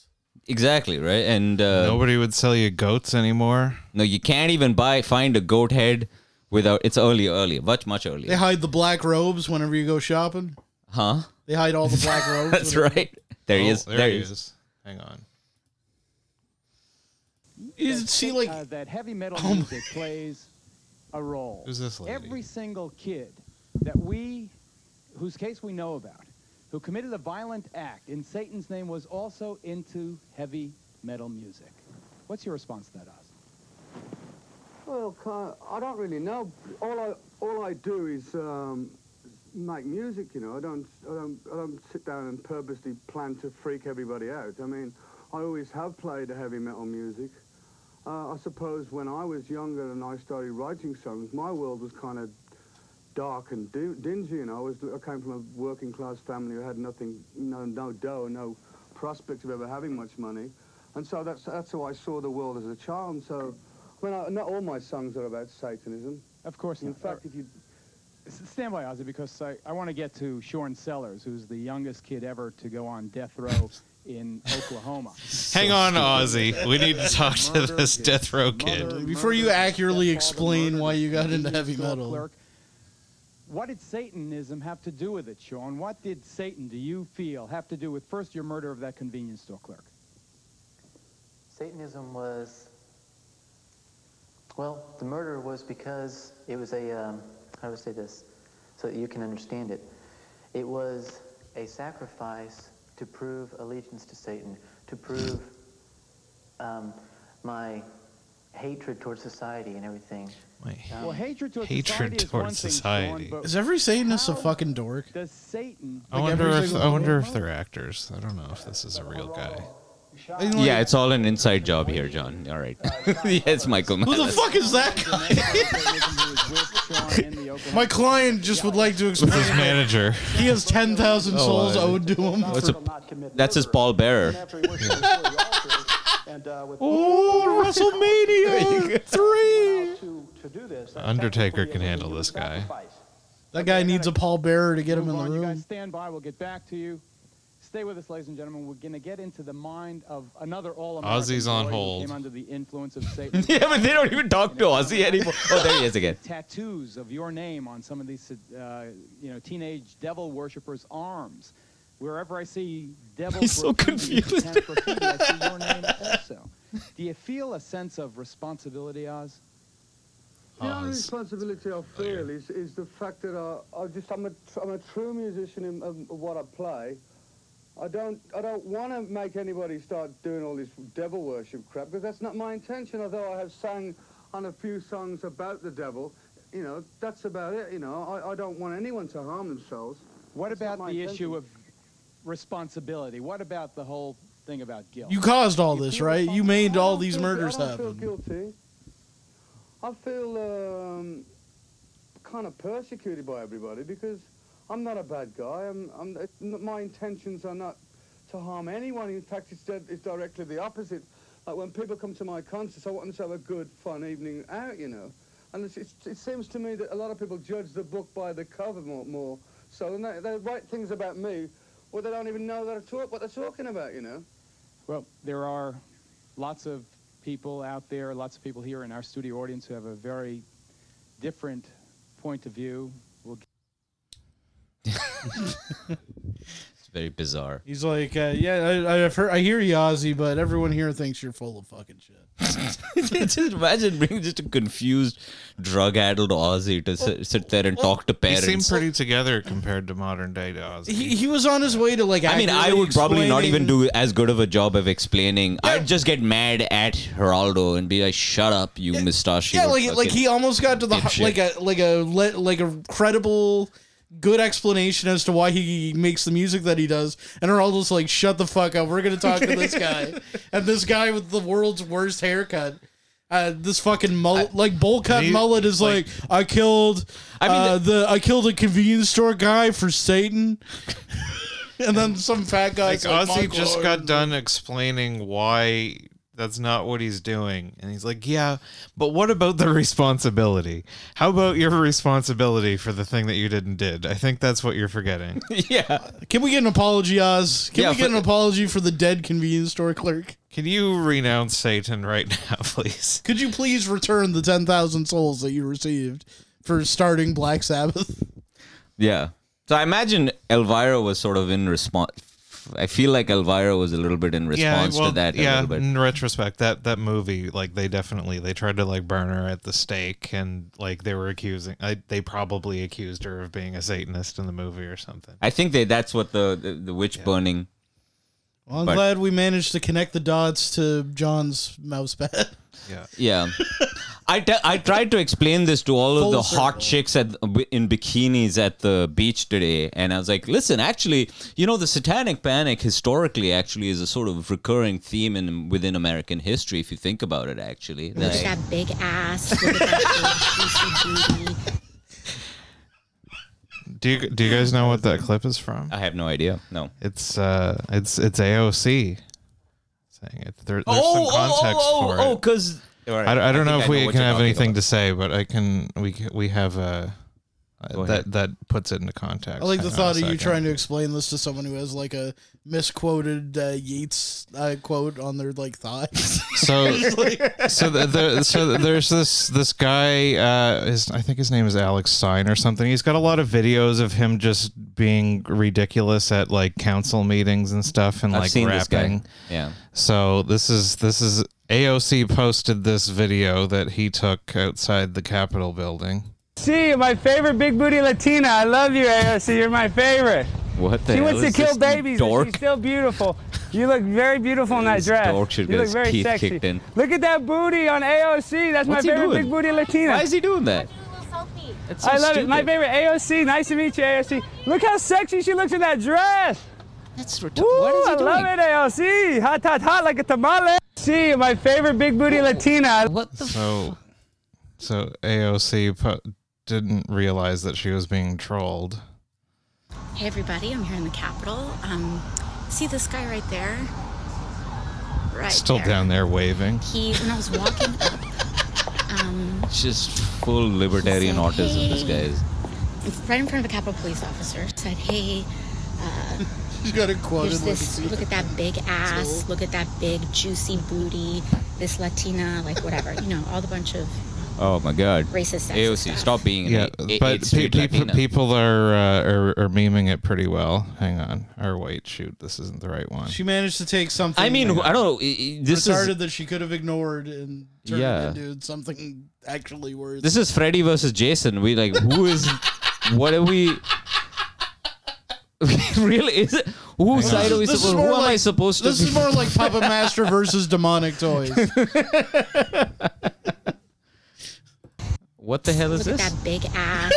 B: exactly right. And uh,
A: Nobody would sell you goats anymore.
B: no, you can't even buy find a goat head without. It's early, early, much much *laughs*
C: They
B: earlier.
C: hide the black robes whenever you go shopping.
B: Huh?
C: They hide all
B: *laughs*
C: the black robes.
B: That's
C: whenever-
B: right. There he
A: Oh,
B: is.
A: There, he is. Hang on.
C: You see, like
H: uh, that heavy metal music plays a role.
A: oh Who's this lady?
H: Every single kid that we, whose case we know about, who committed a violent act in Satan's name was also into heavy metal music. What's your response to that, Oz?
J: Well, ki- I don't really know. All I all I do is um, make music. You know, I don't I don't I don't sit down and purposely plan to freak everybody out. I mean, I always have played heavy metal music. Uh, I suppose when I was younger and I started writing songs, my world was kind of dark and do- dingy. And I was I came from a working class family who had nothing, no no dough, no prospect of ever having much money. And so that's that's how I saw the world as a child. And so. Well, no, not all my songs are about
H: *laughs*
J: Satanism.
H: Of course
J: In
H: not.
J: fact, if you
H: S- Stand by, Ozzy, because I, I want to get to Shorn Sellers, who's the youngest kid ever to go on death
A: *laughs*
H: row in Oklahoma.
A: Hang on, Ozzy. We need to talk to
H: Murder
A: this
H: is
A: death row
H: murder.
A: kid.
C: before you accurately explain why you got into heavy
H: Store
C: metal.
H: clerk. What did Satanism have to do with it, Sean? What did Satan, do you feel, have to do with first your murder of that convenience store clerk?
K: Satanism was, well, the murder was because it was a, um, how do I say this, so that you can understand it. It was a sacrifice to prove allegiance to Satan, to prove um, my hatred towards society and everything.
A: Wait.
H: Well, hatred towards
A: Hatred
H: society is one
A: towards
H: thing, Sean,
A: society.
H: but
C: Is every Satanist a
H: How?
C: fucking dork?
H: does Satan
A: I
C: Like every
A: wonder if
C: single
A: I wonder
C: one?
A: if they're actors. I don't know if this is a real guy.
B: Yeah, it's all an inside job here, John. All right. *laughs* yeah, it's Michael.
C: Who the
B: Malice.
C: fuck is that guy? My client just would like to
A: With his
C: explain.
A: manager.
C: He has ten thousand souls
A: I-
C: owed to him.
B: What's a- Oh, that's his pallbearer.
J: *laughs*
H: uh,
A: Oh,
B: *laughs*
A: WrestleMania three. *laughs*
K: Undertaker can handle this guy.
C: That guy needs a pallbearer to get him
H: Move
C: in the
H: on. You guys
C: room.
H: stand by. We'll get back to you. Stay with us, ladies and gentlemen. We're going to get into the mind of another all-American
A: Ozzy's on
H: boy who
A: hold.
H: Came under the
C: *laughs*
H: influence of Satan.
B: yeah, but they don't even talk to Ozzy anymore. Oh, there he is again.
H: tattoos of your name on some of these, uh, you know, teenage devil worshippers' arms. Wherever I see devil
L: He's so
H: graffiti and
L: confused.
H: *laughs* satanic graffiti, I see your name also. Do you feel a sense of responsibility, Oz?
J: The only
H: Oz.
J: responsibility I feel is, is the fact that I, I just I'm a, tr- I'm a true musician in of what I play. I don't I don't want to make anybody start doing all this devil worship crap because that's not my intention. Although I have sung on a few songs about the devil, you know that's about it. You know I, I don't want anyone to harm themselves.
H: What
J: That's not
H: about
J: my
H: the
J: intention.
H: issue of responsibility? What about the whole thing about guilt?
C: You caused all
H: You
C: this,
H: feel
C: right? You made all these
J: feel gui-
C: murders
J: I don't
C: happen.
J: feel guilty. I feel um, kind of persecuted by everybody because I'm not a bad guy. I'm, I'm, it- n- my intentions are not to harm anyone. In fact, it's, di- it's directly the opposite. Like when people come to my concerts, I want them to have a good, fun evening out, you know. And it's, it's, it seems to me that a lot of people judge the book by the cover more. more so than they, they write things about me where they don't even know that I talk, what they're talking about, you know.
H: Well, there are lots of people out there, lots of people here in our studio audience who have a very different point of view. We'll
B: It's very bizarre.
C: He's like, uh, yeah, I, I've heard, I hear you, Ozzy, but everyone here thinks you're full of fucking shit.
B: *laughs* just imagine being just a confused, drug-addled Aussie to sit, sit there and talk to
A: He
B: parents.
A: seemed pretty together compared to modern day Oz.
C: he, he was on his way to like.
B: I mean, I
C: accurately
B: would probably not even
C: explaining-
B: do as good of a job of explaining. I'd just get mad at Geraldo and be like, "Shut up, you mustachio!"
C: Yeah, like like he almost got to the
B: dipshit.
C: like a like a le- like a credible good explanation as to why he makes the music that he does, and are all just like, "Shut the fuck up, we're gonna talk to this
A: *laughs*
C: guy," and this guy with the world's worst haircut. Uh, this fucking mullet, like bowl cut
A: he-
C: mullet, is like, I killed. I mean, uh, the, I killed a convenience store guy for
A: *laughs*
C: Satan, and then some fat guy.
A: Like Ozzy just got done explaining why that's not what he's doing, and he's like, "Yeah, but what about the responsibility? How about your responsibility for the thing that you didn't did? I think that's what you're *laughs* forgetting."
B: *laughs* yeah.
C: Can we get an apology, Oz? Can
A: Yeah,
C: we get
A: for-
C: an apology for the dead convenience store clerk?
A: Can you renounce Satan right now, *laughs* please?
C: Could you please return the 10,000 souls that you received for starting Black Sabbath?
B: Yeah. So I imagine Elvira was sort of in response. I feel like Elvira was a little bit in response
A: well,
B: to that. A
A: yeah, mm.
B: little bit.
A: in retrospect, that that movie, like they definitely they tried to like burn her at the stake, and like they were accusing, I, they probably accused her of being a Satanist in the movie or something.
B: I think that that's what the the, the witch burning.
C: *laughs* Well, I'm
B: But-
C: glad we managed to connect the dots to John's mouse pad. *laughs*
A: Yeah. *laughs*
B: Yeah. I, t- I tried to explain this to all of
C: Full
B: the hot chicks at in bikinis at the beach today, and I was like, "Listen, actually, you know, the Satanic Panic historically actually is a sort of recurring theme in within American history. If you think about it, actually,
G: Look at
B: Like-
G: that big ass. Look
A: *laughs*
G: at that big juicy booty.
A: Do you do you guys know what that clip is from?
B: I have no idea. No.
A: It's uh it's it's AOC saying it. There, there's
B: Oh,
A: some context for it.
B: because
A: I, don't- I don't know if we can have anything to say, but I can. We can, we have uh, uh, that that puts it into context.
C: I like the
A: Hang on a
C: thought of you
A: second.
C: trying to explain this to someone who has like a misquoted uh, Yeats uh, quote on their like thighs. *laughs*
A: So,
C: It's like-
A: so the, the, so there's this this guy. Uh, his, I think his name is Alex Stein or something. He's got a lot of videos of him just being ridiculous at like council meetings and stuff, and
B: I've
A: like
B: seen this guy.
A: rapping.
B: Yeah.
A: So this is this is AOC posted this video that he took outside the Capitol building.
M: See, my favorite big booty Latina. I love you, AOC. You're my favorite.
B: What the
M: she
B: hell
M: wants to
B: is
M: kill
B: this
M: babies, and
B: dork?
M: she's still beautiful. You look very beautiful in that
B: This
M: dress.
B: dork should
M: you
B: get
M: look
B: his
M: very
B: teeth
M: sexy.
B: kicked in.
M: Look at that booty on AOC. That's
B: What's he
M: my favorite
B: doing?
M: big booty Latina.
B: Why is he doing that? That's so
M: I love it. My
B: stupid.
M: favorite AOC. Nice to meet you, AOC. Look how sexy she looks in that dress.
B: That's
M: ridiculous.
B: What is he
M: I love
B: doing?
M: it, AOC. Hot, hot, hot like a tamale. See, my favorite big booty Latina.
B: What
A: So, so AOC po- didn't realize that she was being trolled.
G: Hey everybody, I'm here in the Capitol. Um, see this guy right there? Right
A: Still down there waving.
G: He, when I was walking *laughs* up, um,
B: Just full libertarian autism. This guy is.
G: right in front of a Capitol police officer, said, "Hey, uh,
C: He's got a quote.
G: there's this. Look at that big ass. Look at that big juicy booty. This Latina, like whatever, you know, all the bunch of
B: Oh my God.
G: Racist, sexist
B: AOC, stop being an
A: Yeah,
B: A- A-
A: but pe-
B: eight straight
A: pe- pe-
B: Latina.
A: people are, uh, are are memeing it pretty well. Hang on. Or wait, shoot, this isn't the right one.
C: She managed to take something.
B: I mean, I don't know, i- i- this is-
C: retarded that she could have ignored and turned
B: Yeah.
C: it into something actually worse.
B: This is Freddy versus Jason. We like who is what are we *laughs* really is it whose
C: This
B: side
C: is-
B: are we
C: this is
B: supposed who
C: more
B: am I
C: like-
B: supposed to
C: This is
B: be-
C: more like
B: *laughs*
C: Puppet Master versus demonic toys.
B: What the hell is
G: Look
B: this?
G: at that big ass.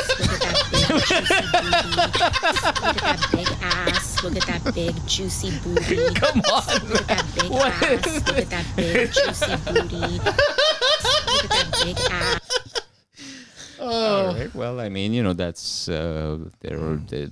G: Look at that big juicy booty. Look at that big ass. Look at that *laughs* big juicy booty. *laughs* Come on. Look at that big ass. Look at that big juicy booty. Look at that big ass.
B: All right. Well, I mean, you know, that's uh there are the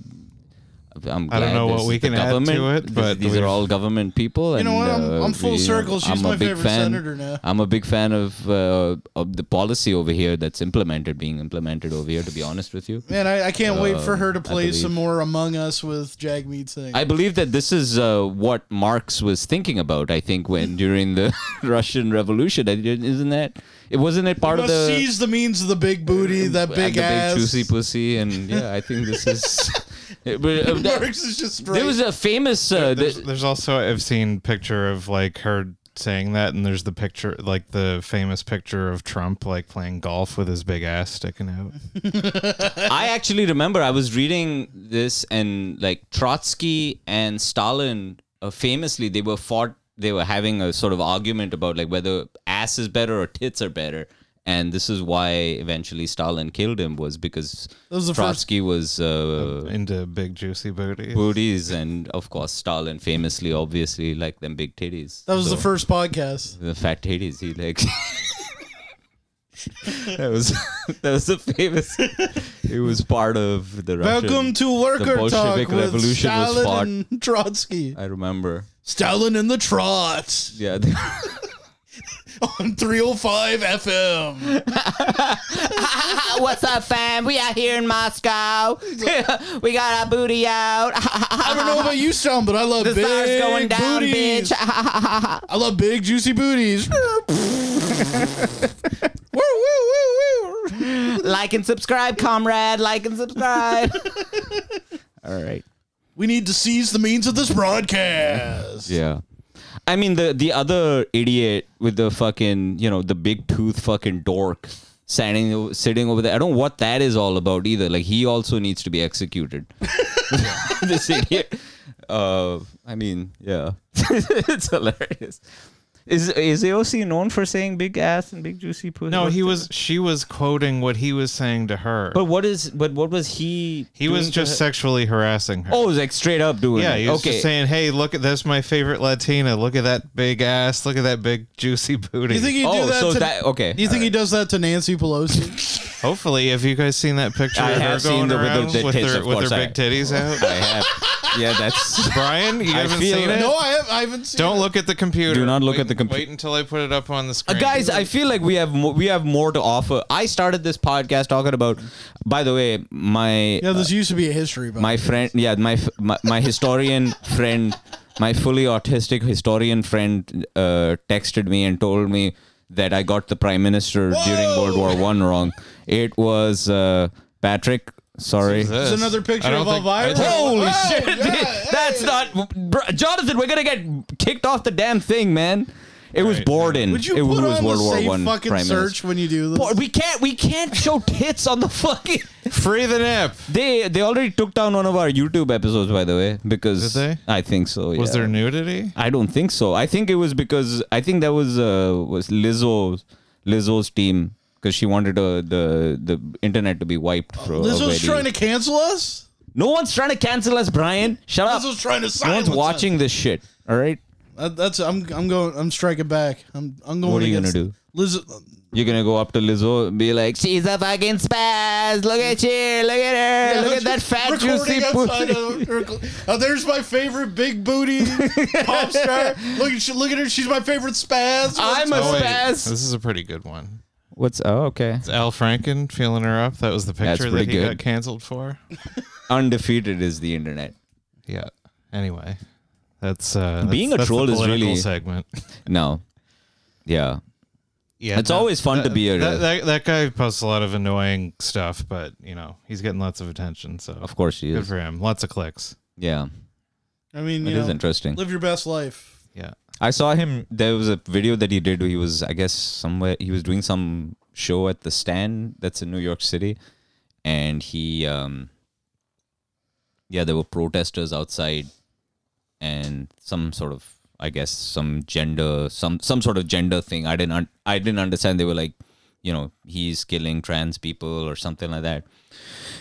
B: I'm
A: I don't
B: glad
A: know what
B: this
A: we
B: is the
A: can add to
B: government.
A: it, but
B: these
A: we've-
B: are all government people.
A: You know
B: and,
A: what?
C: I'm-
B: uh,
C: I'm full
B: you know,
C: circle. She's
B: I'm a
C: my
B: big
C: favorite
B: fan.
C: senator now.
B: I'm a big fan of uh, of the policy over here that's implemented, being implemented over here. To be honest with you,
C: Man, I, I can't wait for
B: Um,
C: her to
B: I
C: play
B: believe-
C: some more Among Us with Jagmeet Singh.
B: I believe that this is uh, what Marx was thinking about. I think when during the *laughs* Russian Revolution, I didn't- isn't that? It wasn't it part of
C: must
B: the
C: seize the means of the big booty, that
B: and
C: big
B: the
C: ass. *laughs*
B: big juicy pussy, and yeah, I think this is. *laughs* but, uh, that-
C: Marx is just
B: there was a famous. Uh,
A: there's, *laughs* there's also I've seen picture of like her saying that, and there's the picture like the famous picture of Trump like playing golf with his big ass sticking out.
B: I actually remember I was reading this and like Trotsky and Stalin uh, famously they were fought they were having a sort of argument about like whether ass is better or tits are better and this is why eventually Stalin killed him was because
A: That was the first- Oh.
B: Trotsky was uh,
A: into big juicy booties
B: booties and of course Stalin famously obviously liked them big titties
C: that was the
B: So-
C: first podcast.
B: the fat titties he like *laughs* that was *laughs* that was the famous it was part of the Russian,
C: Welcome to Worker
B: the
C: Talk
B: Bolshevik
C: with
B: revolution was fought
C: Stalin and Trotsky.
B: I remember
C: Stalin and the Trots
B: yeah *laughs*
C: on 305 FM.
B: What's up, fam? We out here in Moscow. *laughs* we got our booty out. *laughs* I
C: don't know about you, Stalin, but I love
B: *laughs* The
C: big
B: sun's going down,
C: booties.
B: bitch. *laughs*
C: I love big juicy booties.
B: like and subscribe, comrade. Like
C: *laughs*
B: and subscribe. All right.
C: we need to seize the means of this broadcast.
B: Yeah. I mean the the other idiot with the fucking you know the big tooth fucking dork standing sitting over there. I don't know what that is all about either. Like he also needs to be executed. *laughs* this idiot. Uh, I mean, yeah, *laughs* it's hilarious. Is is AOC known for saying big ass and big juicy pussy?
A: No, he was. She was quoting what he was saying to her.
B: But what is? But what was he?
A: He was
B: doing to
A: just
B: her?
A: sexually harassing her.
B: Oh, it was like straight up doing.
A: yeah,
B: it.
A: he was
B: okay.
A: just saying, "Hey, look at this, my favorite Latina. Look at that big ass. Look at that big juicy booty."
C: Do you think he do that? to,
B: Oh, okay.
C: Do you think he does that to Nancy Pelosi?
A: Hopefully, have you guys seen that picture?
B: I
A: of
B: have
A: her going
B: seen the
A: around
B: with the,
A: with
B: tits,
A: her,
B: of
A: with her
B: course, I-
A: big titties out.
B: *laughs* I have. Yeah,
A: *laughs*
B: that's
A: Brian. You
B: I
A: haven't
B: feel-
A: seen it?
C: no, I, have, I haven't seen.
A: Don't look at the computer.
B: Do not look
A: Wait-
B: at the compu-
A: Wait until I put it up on the
B: Uh,
A: screen,
B: guys, I feel like we have mo- we have more to offer. I started this podcast talking about. By the way, my uh,
C: Yeah, this used to be a history book.
B: my friend, yeah, my f- my, my historian *laughs* friend, my fully autistic historian friend, uh, texted me and told me that I got the prime minister during World War One wrong. It was uh, Patrick. Sorry,
C: There's another picture of Elvira.
B: Holy
C: Oh,
B: shit! dude, That's not bro, Jonathan. We're gonna get kicked off the damn thing, man. It was Borden.
C: Would you
B: it
C: put
B: was
C: on
B: World
C: the
B: War
C: same
B: One
C: fucking
B: prime
C: search
B: minister.
C: when you do this?
B: Boy, we can't we can't show tits on the fucking
A: free the nap.
B: *laughs* They they already took down one of our YouTube episodes by the way because
A: Did
B: I think so.
A: Was
B: yeah.
A: there nudity?
B: I don't think so. I think it was because I think that was uh was Lizzo Lizzo's team because she wanted uh, the the internet to be wiped. From
C: This was trying to cancel us.
B: No one's trying to cancel us, Brian. Shut up.
C: This was trying to
B: No
C: silence
B: one's
C: us.
B: watching this shit. All right.
C: That- that's I'm I'm going I'm striking back. I'm I'm going.
B: What are you
C: against,
B: gonna do?
C: Liz, uh,
B: You're gonna go up to Lizzo and be like, "She's a fucking spaz. Look at you. Look at her.
C: Yeah,
B: look at
C: just
B: that fat
C: recording
B: juicy
C: outside
B: pussy."
C: of her cl- oh, there's my favorite big
B: *laughs*
C: booty pop star. Look at she, look at her. She's my favorite spaz.
B: I'm
A: Oh, wait. This is a pretty good one.
B: What's oh okay?
A: It's Al Franken feeling her up. That was the
B: That's
A: picture that
B: pretty
A: he
B: good.
A: got canceled for.
B: Undefeated is the internet.
A: Yeah. Anyway, that's uh, that's-
B: Being a
A: that's the
B: troll is
A: political
B: really
A: segment.
B: No. Yeah.
A: Yeah,
B: It's always fun to be a-
A: That, that, that guy posts a lot of annoying stuff, but you know he's getting lots of attention. So of
B: course he
A: good
B: is.
A: for him. Lots of clicks.
B: Yeah.
C: I mean,
B: That
C: you
B: is
C: know,
B: interesting.
C: Live your best life.
A: Yeah.
B: I saw him. There was a video that he did. Where he was, I guess, somewhere. He was doing some show at the Stand that's in New York City, and he, um, yeah, there were protesters outside, and some sort of, I guess, some gender, some some sort of gender thing. I didn't, un- I didn't understand. They were like, you know, he's killing trans people or something like that.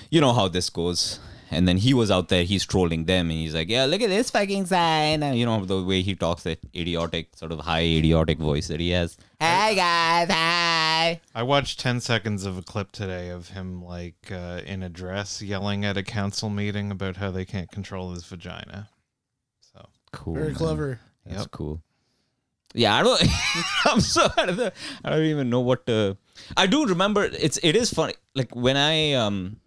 B: You know how this goes. And then he was out there, he's trolling them, and he's like, yeah, look at this fucking sign. And, you know, the way he talks, that idiotic, sort of high idiotic voice that he has. Hi guys, hi.
A: I watched ten seconds of a clip today of him like uh, in a dress yelling at a council meeting about how they can't control his vagina.
B: Cool.
C: Very
B: man.
C: clever.
B: That's cool. Yeah, I don't. *laughs* I'm so out of the. I don't even know what to. I do remember. It's it is funny. Like when I um,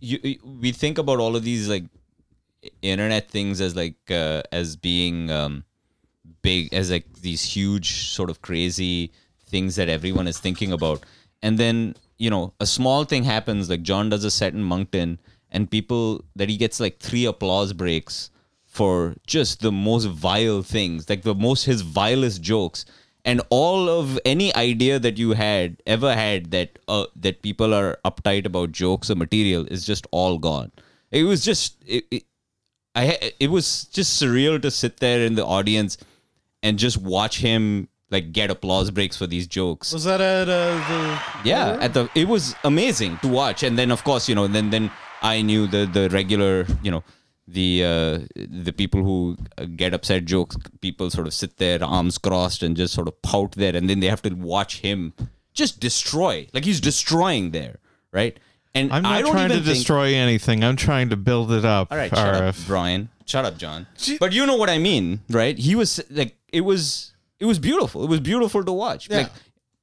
B: you, you- we think about all of these like internet things as like uh, as being um big as like these huge sort of crazy things that everyone is thinking about and then you know a small thing happens like john does a set in moncton and people that he gets like three applause breaks for just the most vile things, like the most his vilest jokes, and all of any idea that you had ever had that uh, that people are uptight about jokes or material is just all gone. It was just it, it, I ha- it was just surreal to sit there in the audience and just watch him like get applause breaks for these jokes.
C: Was that at uh, the?
B: Yeah, at the it was amazing to watch, and then of course you know then then I knew the the regular you know the uh, the people who uh, get upset jokes people sort of sit there arms crossed and just sort of pout there, and then they have to watch him just destroy like he's destroying there, right? And
A: I'm not
B: I don't
A: trying to
B: even think-
A: destroy anything. I'm trying to build it up.
B: all right, shut up,
A: RF.
B: Brian. Shut up, John. But you know what I mean, right? He was like, it was, it was beautiful. It was beautiful to watch. Like,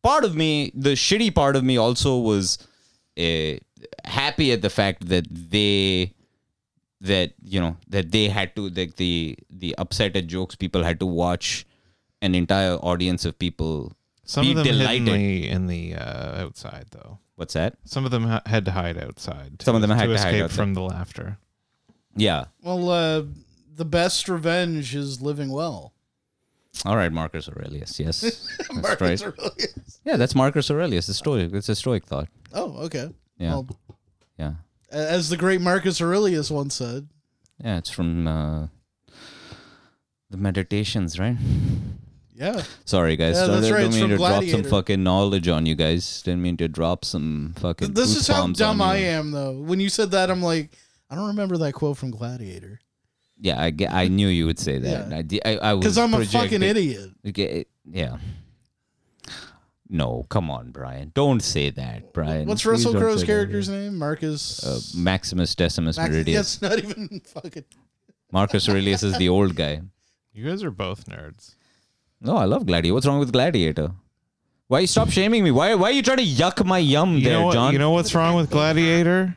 B: part of me, the shitty part of me, also was uh, happy at the fact that they, that you know, that they had to, like the the upset at jokes people had to watch an entire audience of people
A: Some
B: be
A: of them hidden
B: delighted.
A: the- in the uh, outside though.
B: What's that?
A: Some of them ha- had to hide outside. To,
B: Some of them had to hide
A: escape
B: outside.
A: from the laughter.
B: yeah.
C: Well, uh, the best revenge is living well.
B: All right, Marcus
C: *laughs*
B: Aurelius. Yes, that's
C: Marcus
B: right.
C: Aurelius.
B: Yeah, that's Marcus Aurelius. It's Stoic. It's a Stoic thought.
C: Oh, okay.
B: Yeah.
C: Well,
B: Yeah.
C: a- as the great Marcus Aurelius once said,
B: Yeah, it's from uh, the meditations, right?
C: Yeah.
B: Sorry, guys.
C: Yeah,
B: Sorry,
C: that's
B: I
C: right,
B: Don't
C: it's
B: mean
C: from
B: to drop
C: Gladiator.
B: some fucking knowledge on you guys. Didn't mean to drop some fucking.
C: "This is how
B: goosebumps
C: dumb
B: on
C: I
B: you.
C: am." Though when you said that, I'm like, I don't remember that quote from Gladiator.
B: Yeah, I, ge- I knew you would say that. I di- I, I was
C: 'Cause I'm a fucking
B: projecting-
C: idiot.
B: Okay, yeah. No, come on, Brian. Don't say that, Brian.
C: What's
B: Please
C: Russell
B: don't
C: Crowe's
B: say that.
C: character's name? Marcus.
B: Uh, Maximus Decimus
C: Max-
B: Meridius.
C: That's not even fucking.
B: Marcus Aurelius is the old guy.
A: You guys are both nerds.
B: No, I love Gladiator. What's wrong with Gladiator? Why you stop shaming me? Why why are you trying to yuck my yum
A: You
B: there,
A: know what,
B: John?
A: You know what's
C: *laughs*
A: wrong with Gladiator?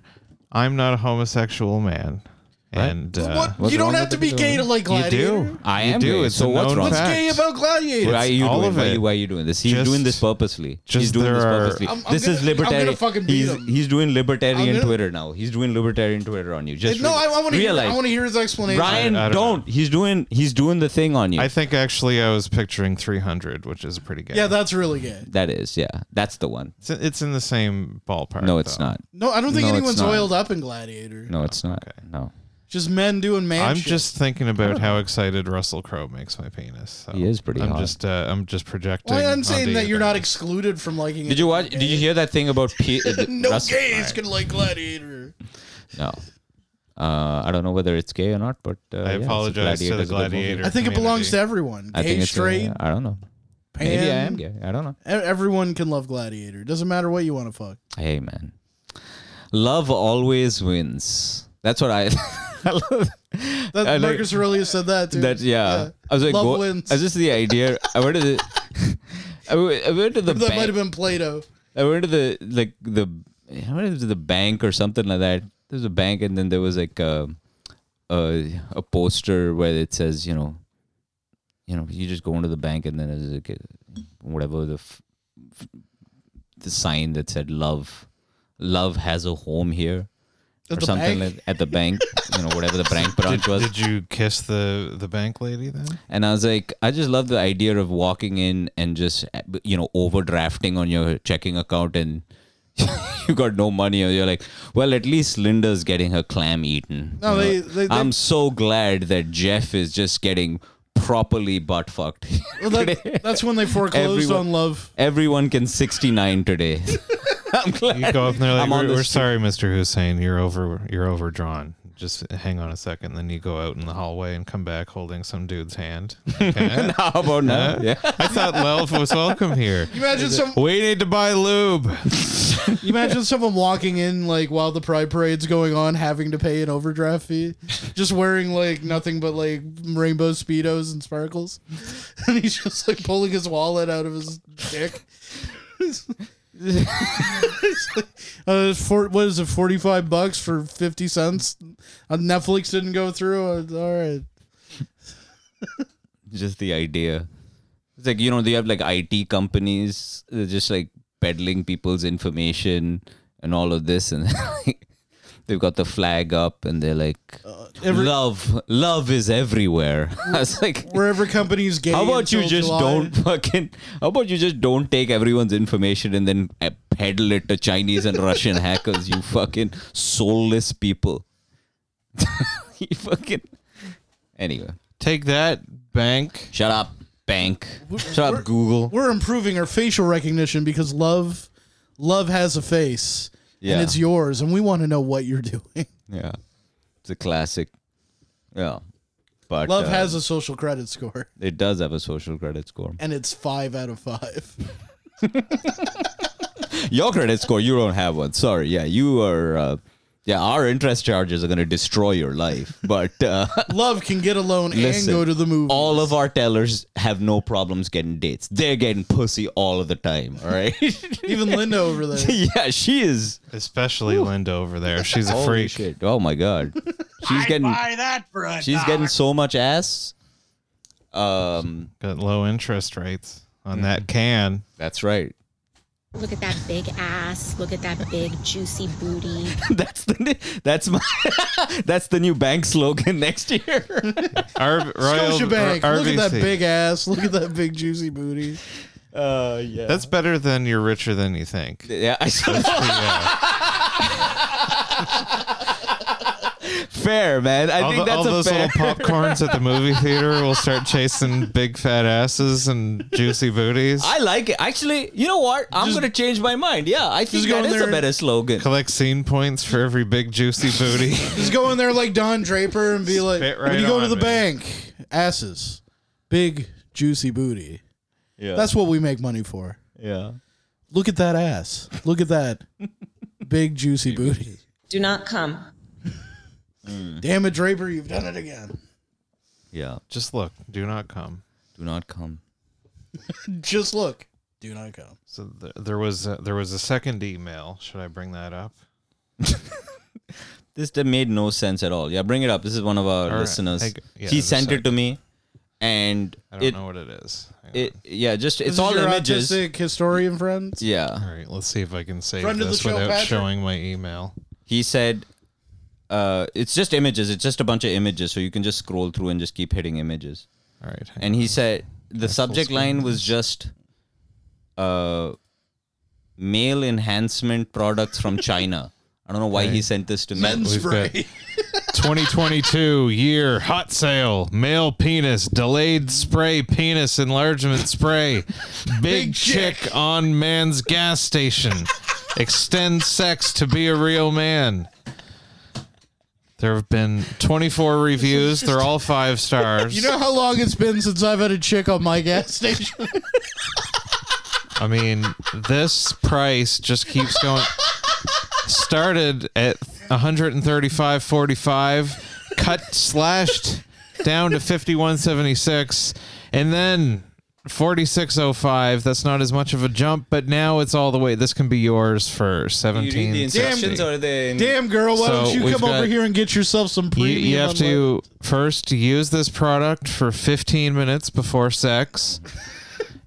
A: I'm not a homosexual man. And uh,
C: What? You don't have to be gay to like Gladiator.
A: You do.
B: I
A: You
B: am
A: do.
B: gay,
A: It's
B: so
A: a
B: what's
A: known
B: wrong?
C: What's
A: fact.
C: gay about Gladiator?
B: Why are you
A: all
B: doing?
A: of
B: Why,
A: it.
B: you, why are you doing this? He's
A: Just-
B: doing this purposely. He's
A: just
B: doing this
A: there are-
B: purposely.
A: I'm-
C: I'm
B: this is
C: gonna- I'm gonna
B: libertarian.
C: fucking beat
B: he's
C: him.
B: he's doing libertarian
C: I'm gonna-
B: Twitter now. He's doing libertarian Twitter on you. Just
C: no, I, I want to hear. I
B: realize.
C: want to hear his explanation.
B: Brian,
A: I- I don't know.
B: don't. He's doing. He's doing the thing on you.
A: I think actually I was picturing 300, which is pretty gay.
C: Yeah, that's really gay.
B: that is. Yeah, that's the one.
A: It's, it's in the same ballpark.
B: No, it's
A: though.
B: not.
C: No, I don't think
B: No, it's
C: anyone's
B: not.
C: oiled up in Gladiator.
B: No, it's not. No,
C: Just men doing man
A: I'm
C: shit.
A: just thinking about how excited Russell Crowe makes my penis. So
B: He is pretty
A: I'm
B: hot.
A: just uh, I'm just projecting.
C: Well, I'm
A: onto
C: saying that
A: you
C: you're not excluded from liking it.
B: Did you watch? Did you hear that thing about P-
C: *laughs* No
B: Russell-
C: gays can like Gladiator.
B: No. Uh, I don't know whether it's gay or not, but
A: I
B: uh, yeah, it's a
A: apologize to the
B: Gladiator's a good movie.
A: Gladiator
C: I think it belongs to everyone.
B: I think
C: Gay,
B: it's a-
C: straight,
B: I don't know. Maybe I
C: pan.
B: am gay. I don't know.
C: E- Everyone can love Gladiator. Doesn't matter what you want to fuck.
B: Hey man, love always wins. That's what I. *laughs* I love.
C: That,
B: I like-
C: Marcus Aurelius said that too.
B: That yeah. I was like,
C: love
B: go,
C: wins.
B: I was just the
C: *laughs*
B: idea. I went to *laughs* the. I went I went to the.
C: that might
B: bank-
C: have been Plato.
B: I went to the like the I went to the bank or something like that. There was a bank, and then there was like a a, a poster where it says, you know, you know, you just go into the bank, and then it's like uh, whatever the f- the sign that said "Love, love has a home here,"
A: At
B: or
A: the
B: something
A: bank?
B: like, at the bank. you know, whatever the
A: *laughs*
B: bank branch
A: did,
B: was.
A: did you kiss the the bank lady then?
B: And I was like, I just love the idea of walking in and just, you know, overdrafting on your checking account and *laughs* you got no money. And you're like, well, at least Linda's getting her clam eaten.
C: No,
B: You
C: they-
B: know,
C: they- they-
B: I'm so glad that Jeff is just getting properly butt fucked.
C: Well, that, that's when they foreclosed
B: Everyone-
C: on love.
B: *laughs* Everyone can 69 today. *laughs* I'm glad.
A: You go up and they're like,
B: I'm on
A: "We're,
B: the
A: we're
B: street."
A: sorry, Mister Hussein, you're over, you're overdrawn. Just hang on a second. Then you go out in the hallway and come back holding some
C: *laughs*
A: dude's hand. Okay.
B: How about now?
A: Huh?
B: Yeah.
A: I thought love was welcome here.
C: *laughs* You imagine some-
A: We need to buy lube.
C: You imagine someone walking in like while the pride parade's going on, having to pay an overdraft fee, just wearing like nothing but like rainbow speedos and sparkles, *laughs* and he's just like pulling his wallet out of his dick. *laughs* It's like, uh, for, what is it? Forty-five bucks for fifty cents. Uh, Netflix didn't go through. Uh, All right.
B: just the idea. It's like you know they have like IT companies they're just like peddling people's information and all of this, and *laughs* they've got the flag up, and they're like,
C: every-
B: "Love, love is everywhere." *laughs* I was like,
C: Wherever companies gay.
B: "How about you
C: until
B: just
C: July.
B: don't fucking? How about you just don't take everyone's information and then uh, peddle it to Chinese and Russian *laughs* hackers? You fucking soulless people." *laughs* you fucking. Anyway,
A: take that bank.
B: Shut up, bank. Shut up, Google.
C: We're improving our facial recognition because love, love has a face,
B: Yeah.
C: and it's yours, and we want to know what you're *laughs* doing.
B: Yeah. It's a classic. Yeah. But
C: love
B: uh,
C: has a social credit score,
B: it does have a social credit score.
C: and it's five out of five. *laughs*
B: Your credit score, you don't have one. Sorry. Yeah, you are uh, yeah, our interest charges are going to destroy your life. But
C: *laughs*
B: uh
C: love can get a loan
B: listen,
C: and go to the movies.
B: All of our tellers have no problems getting dates. They're getting pussy all of the time, all right?
C: *laughs* Even Linda over there.
A: *laughs*
B: yeah, she is
A: Especially Linda over
C: *laughs*
A: there. She's a
B: Holy
A: freak.
B: shit. Oh my god. She's getting
E: that for a
B: She's getting so much ass. Um,
A: got low interest rates on
C: Mm. *laughs*
A: that can.
B: That's right.
G: Look at that big ass. Look at that big juicy booty.
B: *laughs* that's the that's my *laughs* that's the new bank slogan
A: *laughs*
B: next year.
A: Ar- Royal
C: Scotiabank,
A: R-
C: look at that
A: RBC.
C: big ass. Look at that big juicy booty.
B: Uh, yeah.
A: That's better than you're richer than you think.
C: *laughs*
B: Yeah, I fair, man. I
A: all the-
B: think that's
A: all
B: a
A: those
B: fair.
A: little popcorns at the
B: *laughs*
A: movie theater will start chasing big fat asses and juicy booties.
B: I like it. Actually, you know what? I'm gonna change my mind. Yeah, I think
A: go
B: that
A: in
B: is a
A: there-
B: better slogan.
A: Collect scene points for every big juicy booty. *laughs*
C: Just go in there like Don Draper and be like,
A: Spit
C: when
A: right
C: you go to
A: on
C: the
A: me.
C: bank, asses, big juicy booty.
B: Yeah.
C: That's what we make money for.
B: Yeah.
C: Look at that ass. Look at that big juicy booty.
L: Do not come.
A: Mm.
C: Damn it, Draper, you've done it again.
B: Yeah.
A: Just look. Do not come.
B: Do not come.
C: Just look. Do not go.
A: So th- there was a, there was a second email. Should I bring that up?
B: This that made no sense at all. Yeah, bring it up. This is one of our
A: All right.
B: listeners.
A: Hey, g- yeah,
B: he
A: just
B: sent
A: a
B: it to me, and
A: I don't know what it is.
B: It yeah, just
C: This
B: it's
C: is
B: all
C: your
B: images.
C: autistic historian friend.
B: Yeah.
A: All right. Let's see if I can save
C: Friend of the
A: this
C: show,
A: without
C: Patrick.
A: showing my email.
B: he said uh, it's just images it's just a bunch of images so you can just scroll through and just keep hitting images
A: all right
B: and he said the subject
A: screen
B: line was just uh, male enhancement products from china i don't know why he
A: Okay.
B: sent this to me
A: Men's We've got- spray. 2022 year hot sale male penis delayed spray penis enlargement spray big, chick. on man's gas station extend sex to be a real man there have been 24 reviews they're all five stars
C: *laughs* You know how long it's been since I've had a chick on my
A: *laughs*
C: gas station?
A: I mean, this price just keeps going. Started at 135.45, cut slashed down to 51.76, and then 46.05. That's not as much of a jump, but now it's all the way. This can be yours for 17.
B: they
C: Damn girl, why
A: So
C: don't you
A: we've
C: come over
A: got-
C: here and get yourself some
A: You,
C: premium?
A: you have
C: unleaded-
A: to first use this product for 15 minutes before sex.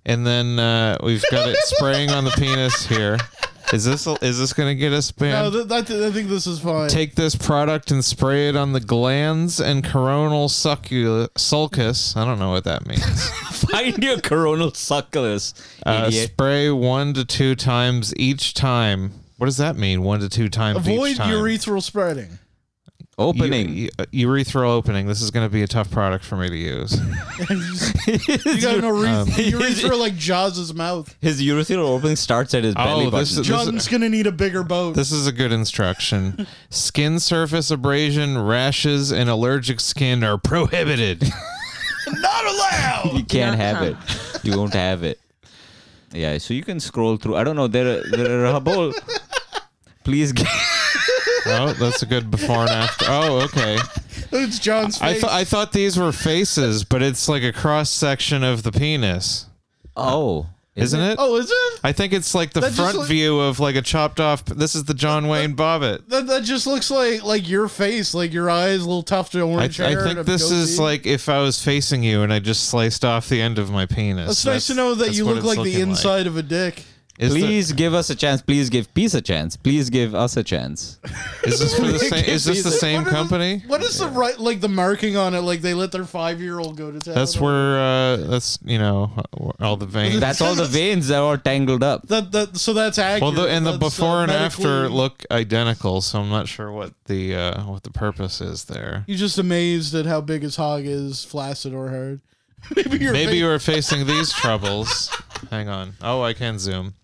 A: And then uh, we've got
C: *laughs*
A: it spraying on the penis here. Is this is this gonna get us banned?
C: No, Oh, th- I, th- I think this is fine.
A: um, Take this product and spray it on the glands and coronal succul- sulcus. I don't know what that
C: *laughs*
A: means.
B: *laughs* Find your coronal succulus,
A: Uh,
B: idiot.
A: spray one to two times each time. What does that mean? One to two times each
C: Avoid
A: time.
C: urethral
A: *laughs*
C: spreading.
A: opening. urethral opening. This is going to be a tough product for me to use.
C: You got no
A: Um, *laughs*
C: urethra, urethra like Jaws' mouth.
B: His urethral opening starts at his belly
A: Oh,
B: button.
A: this is-
C: John's gonna need a bigger boat.
A: *laughs* This is a good instruction. Skin surface abrasion, rashes, and allergic skin are prohibited.
C: Not allowed.
B: you can't have it. You won't have it. Yeah, so you can scroll through. I don't know. There, are, there are a whole. *laughs* Please get.
A: oh, that's a good before and after. Oh, okay.
C: It's John's
A: I,
C: face.
A: th- I thought these were faces, but it's like a cross section of the penis.
B: Oh,
A: isn't it?
C: oh, is it?
A: I think it's like the
C: That just
A: front
C: look-
A: view of like a chopped off. This is the John Wayne Bobbitt.
C: That, that just looks like like your face, like your eyes, a little tough to
A: I,
C: orange
A: I
C: hair. and
A: think
C: a
A: this is
C: goatee.
A: like if I was facing you and I just sliced off the end of my penis.
C: It's nice to know that
A: that's
C: you
A: what
C: look
A: it's
C: like the
A: looking
C: inside of a dick.
A: Is the-
B: Please give us a chance. Please give peace a chance. Please give us a chance.
A: Is this
C: *laughs*
A: for the same? Is this the same company?
C: What is the right like the marking on it? Like they let their five year old go to town.
A: That's where uh, that's you know all the veins.
B: That's all the veins that are all tangled up.
C: that, that so that's accurate.
A: *laughs* Well, the, and the
C: That's, uh,
A: before and after
C: medically-
A: look identical, so I'm not sure what the uh, what the purpose is there.
C: You're just amazed at how big his hog is, flaccid or hard. *laughs* Maybe your
A: Maybe
C: face-
A: you were facing these troubles. Hang on. Oh, I can zoom.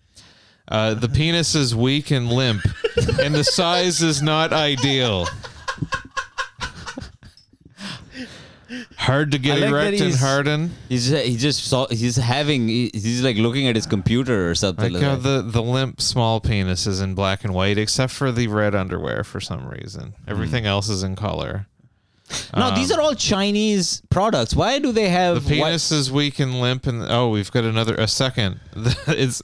A: Uh, the penis is weak and limp, and the size is not ideal. Hard to get
B: I like that
A: erect and
B: he's-
A: harden.
B: He's he just saw he's having he- he's like looking at his computer or something.
A: Like
B: Like
A: how
B: that.
A: the, the limp small penis is in black and white, except for the red underwear for some reason.
C: Hmm.
A: Everything else is in color.
B: Now these are all Chinese products. Why do they have
A: um, The penis is weak and limp, and oh, we've got another a second. *laughs* it's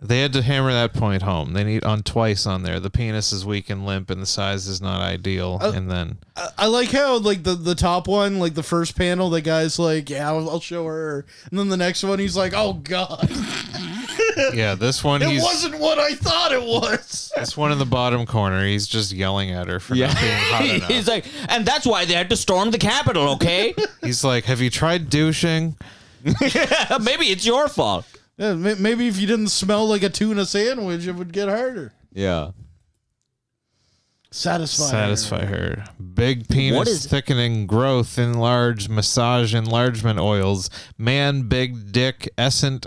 A: they had to hammer that point home. They need on twice on there. The penis is weak and limp, and the size is not ideal.
C: Oh.
A: and then
C: I- I like how like the the top one, like the first panel, the guy's like, "Yeah, I'll, I'll show her," and then the next one, he's like, "Oh God, *laughs*
A: yeah, this one
C: uh, it
A: he's
C: wasn't what I thought it was."
A: *laughs* this one in the bottom corner. He's just yelling at her for not being
C: *laughs*
A: hot enough.
B: *laughs* he's like, and that's why they had to storm the Capitol. *laughs* Okay,
A: He's like, have you tried douching?
B: maybe it's your fault.
C: *laughs* Yeah, may- maybe if you didn't smell like a tuna sandwich, it would get harder.
B: Yeah.
C: Satisfying.
A: Satisfy her. Big penis
B: What is-
A: thickening growth, enlarge, massage, enlargement oils, man, big dick, essent,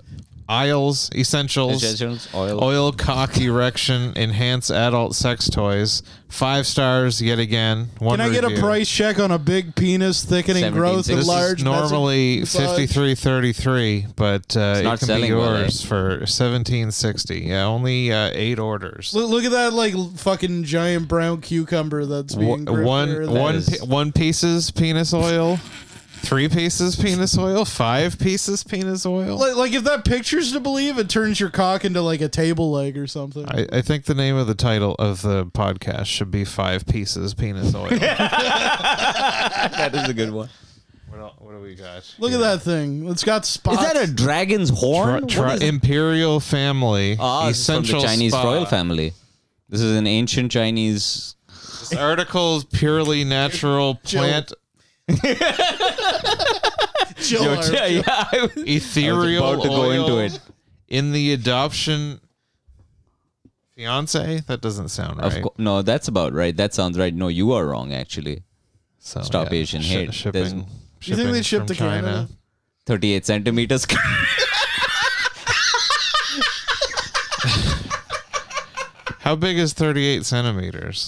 A: aisles, essentials,
B: Essentials, oil.
A: oil cock erection, enhance adult sex toys, five stars yet again. One
C: Can I get a
A: review.
C: price check on a big penis thickening
B: 17,
C: growth
B: six.
C: and
A: This
C: large?
A: is normally
C: massive massage?
A: fifty three thirty three, but uh,
B: not
A: it can be
B: selling well, eh?
A: yours for seventeen sixty. Yeah, only uh, eight orders.
C: Look, look at that like l- fucking giant brown cucumber that's being
A: Wha-
C: gripped there.
A: one
C: That
A: one
C: is-
A: pi- one pieces penis oil, three pieces penis oil, five pieces penis oil.
C: Like, like if that picture's to believe, it turns your cock into like a table leg or something.
A: I, I think the name of the title of the podcast should be Five Pieces Penis Oil.
B: That is a good one.
A: what, el- what do we got?
C: Look at that thing. It's got spots.
B: Is that a dragon's
A: Tri-
B: horn?
A: tri- Imperial Family
B: Ah, this is from
A: Essential
B: the Chinese
A: Spa.
B: royal family. This is an ancient Chinese.
A: This article is purely natural plant
C: Chill
B: Yo,
C: out.
B: *laughs* yeah, yeah, I was-
A: ethereal
B: I was about to go
A: oil
B: into it.
A: in the adoption fiance. That doesn't sound
B: Of
A: right.
B: co- no, that's about right. That sounds right. No, you are wrong actually.
A: So,
B: Stop Asian hate. There's-
A: shipping.
C: You think they
A: shipping
C: ship
A: from
C: to Canada?
B: 38 centimeters. *laughs*
A: How big is
C: *laughs*
A: 38 centimeters?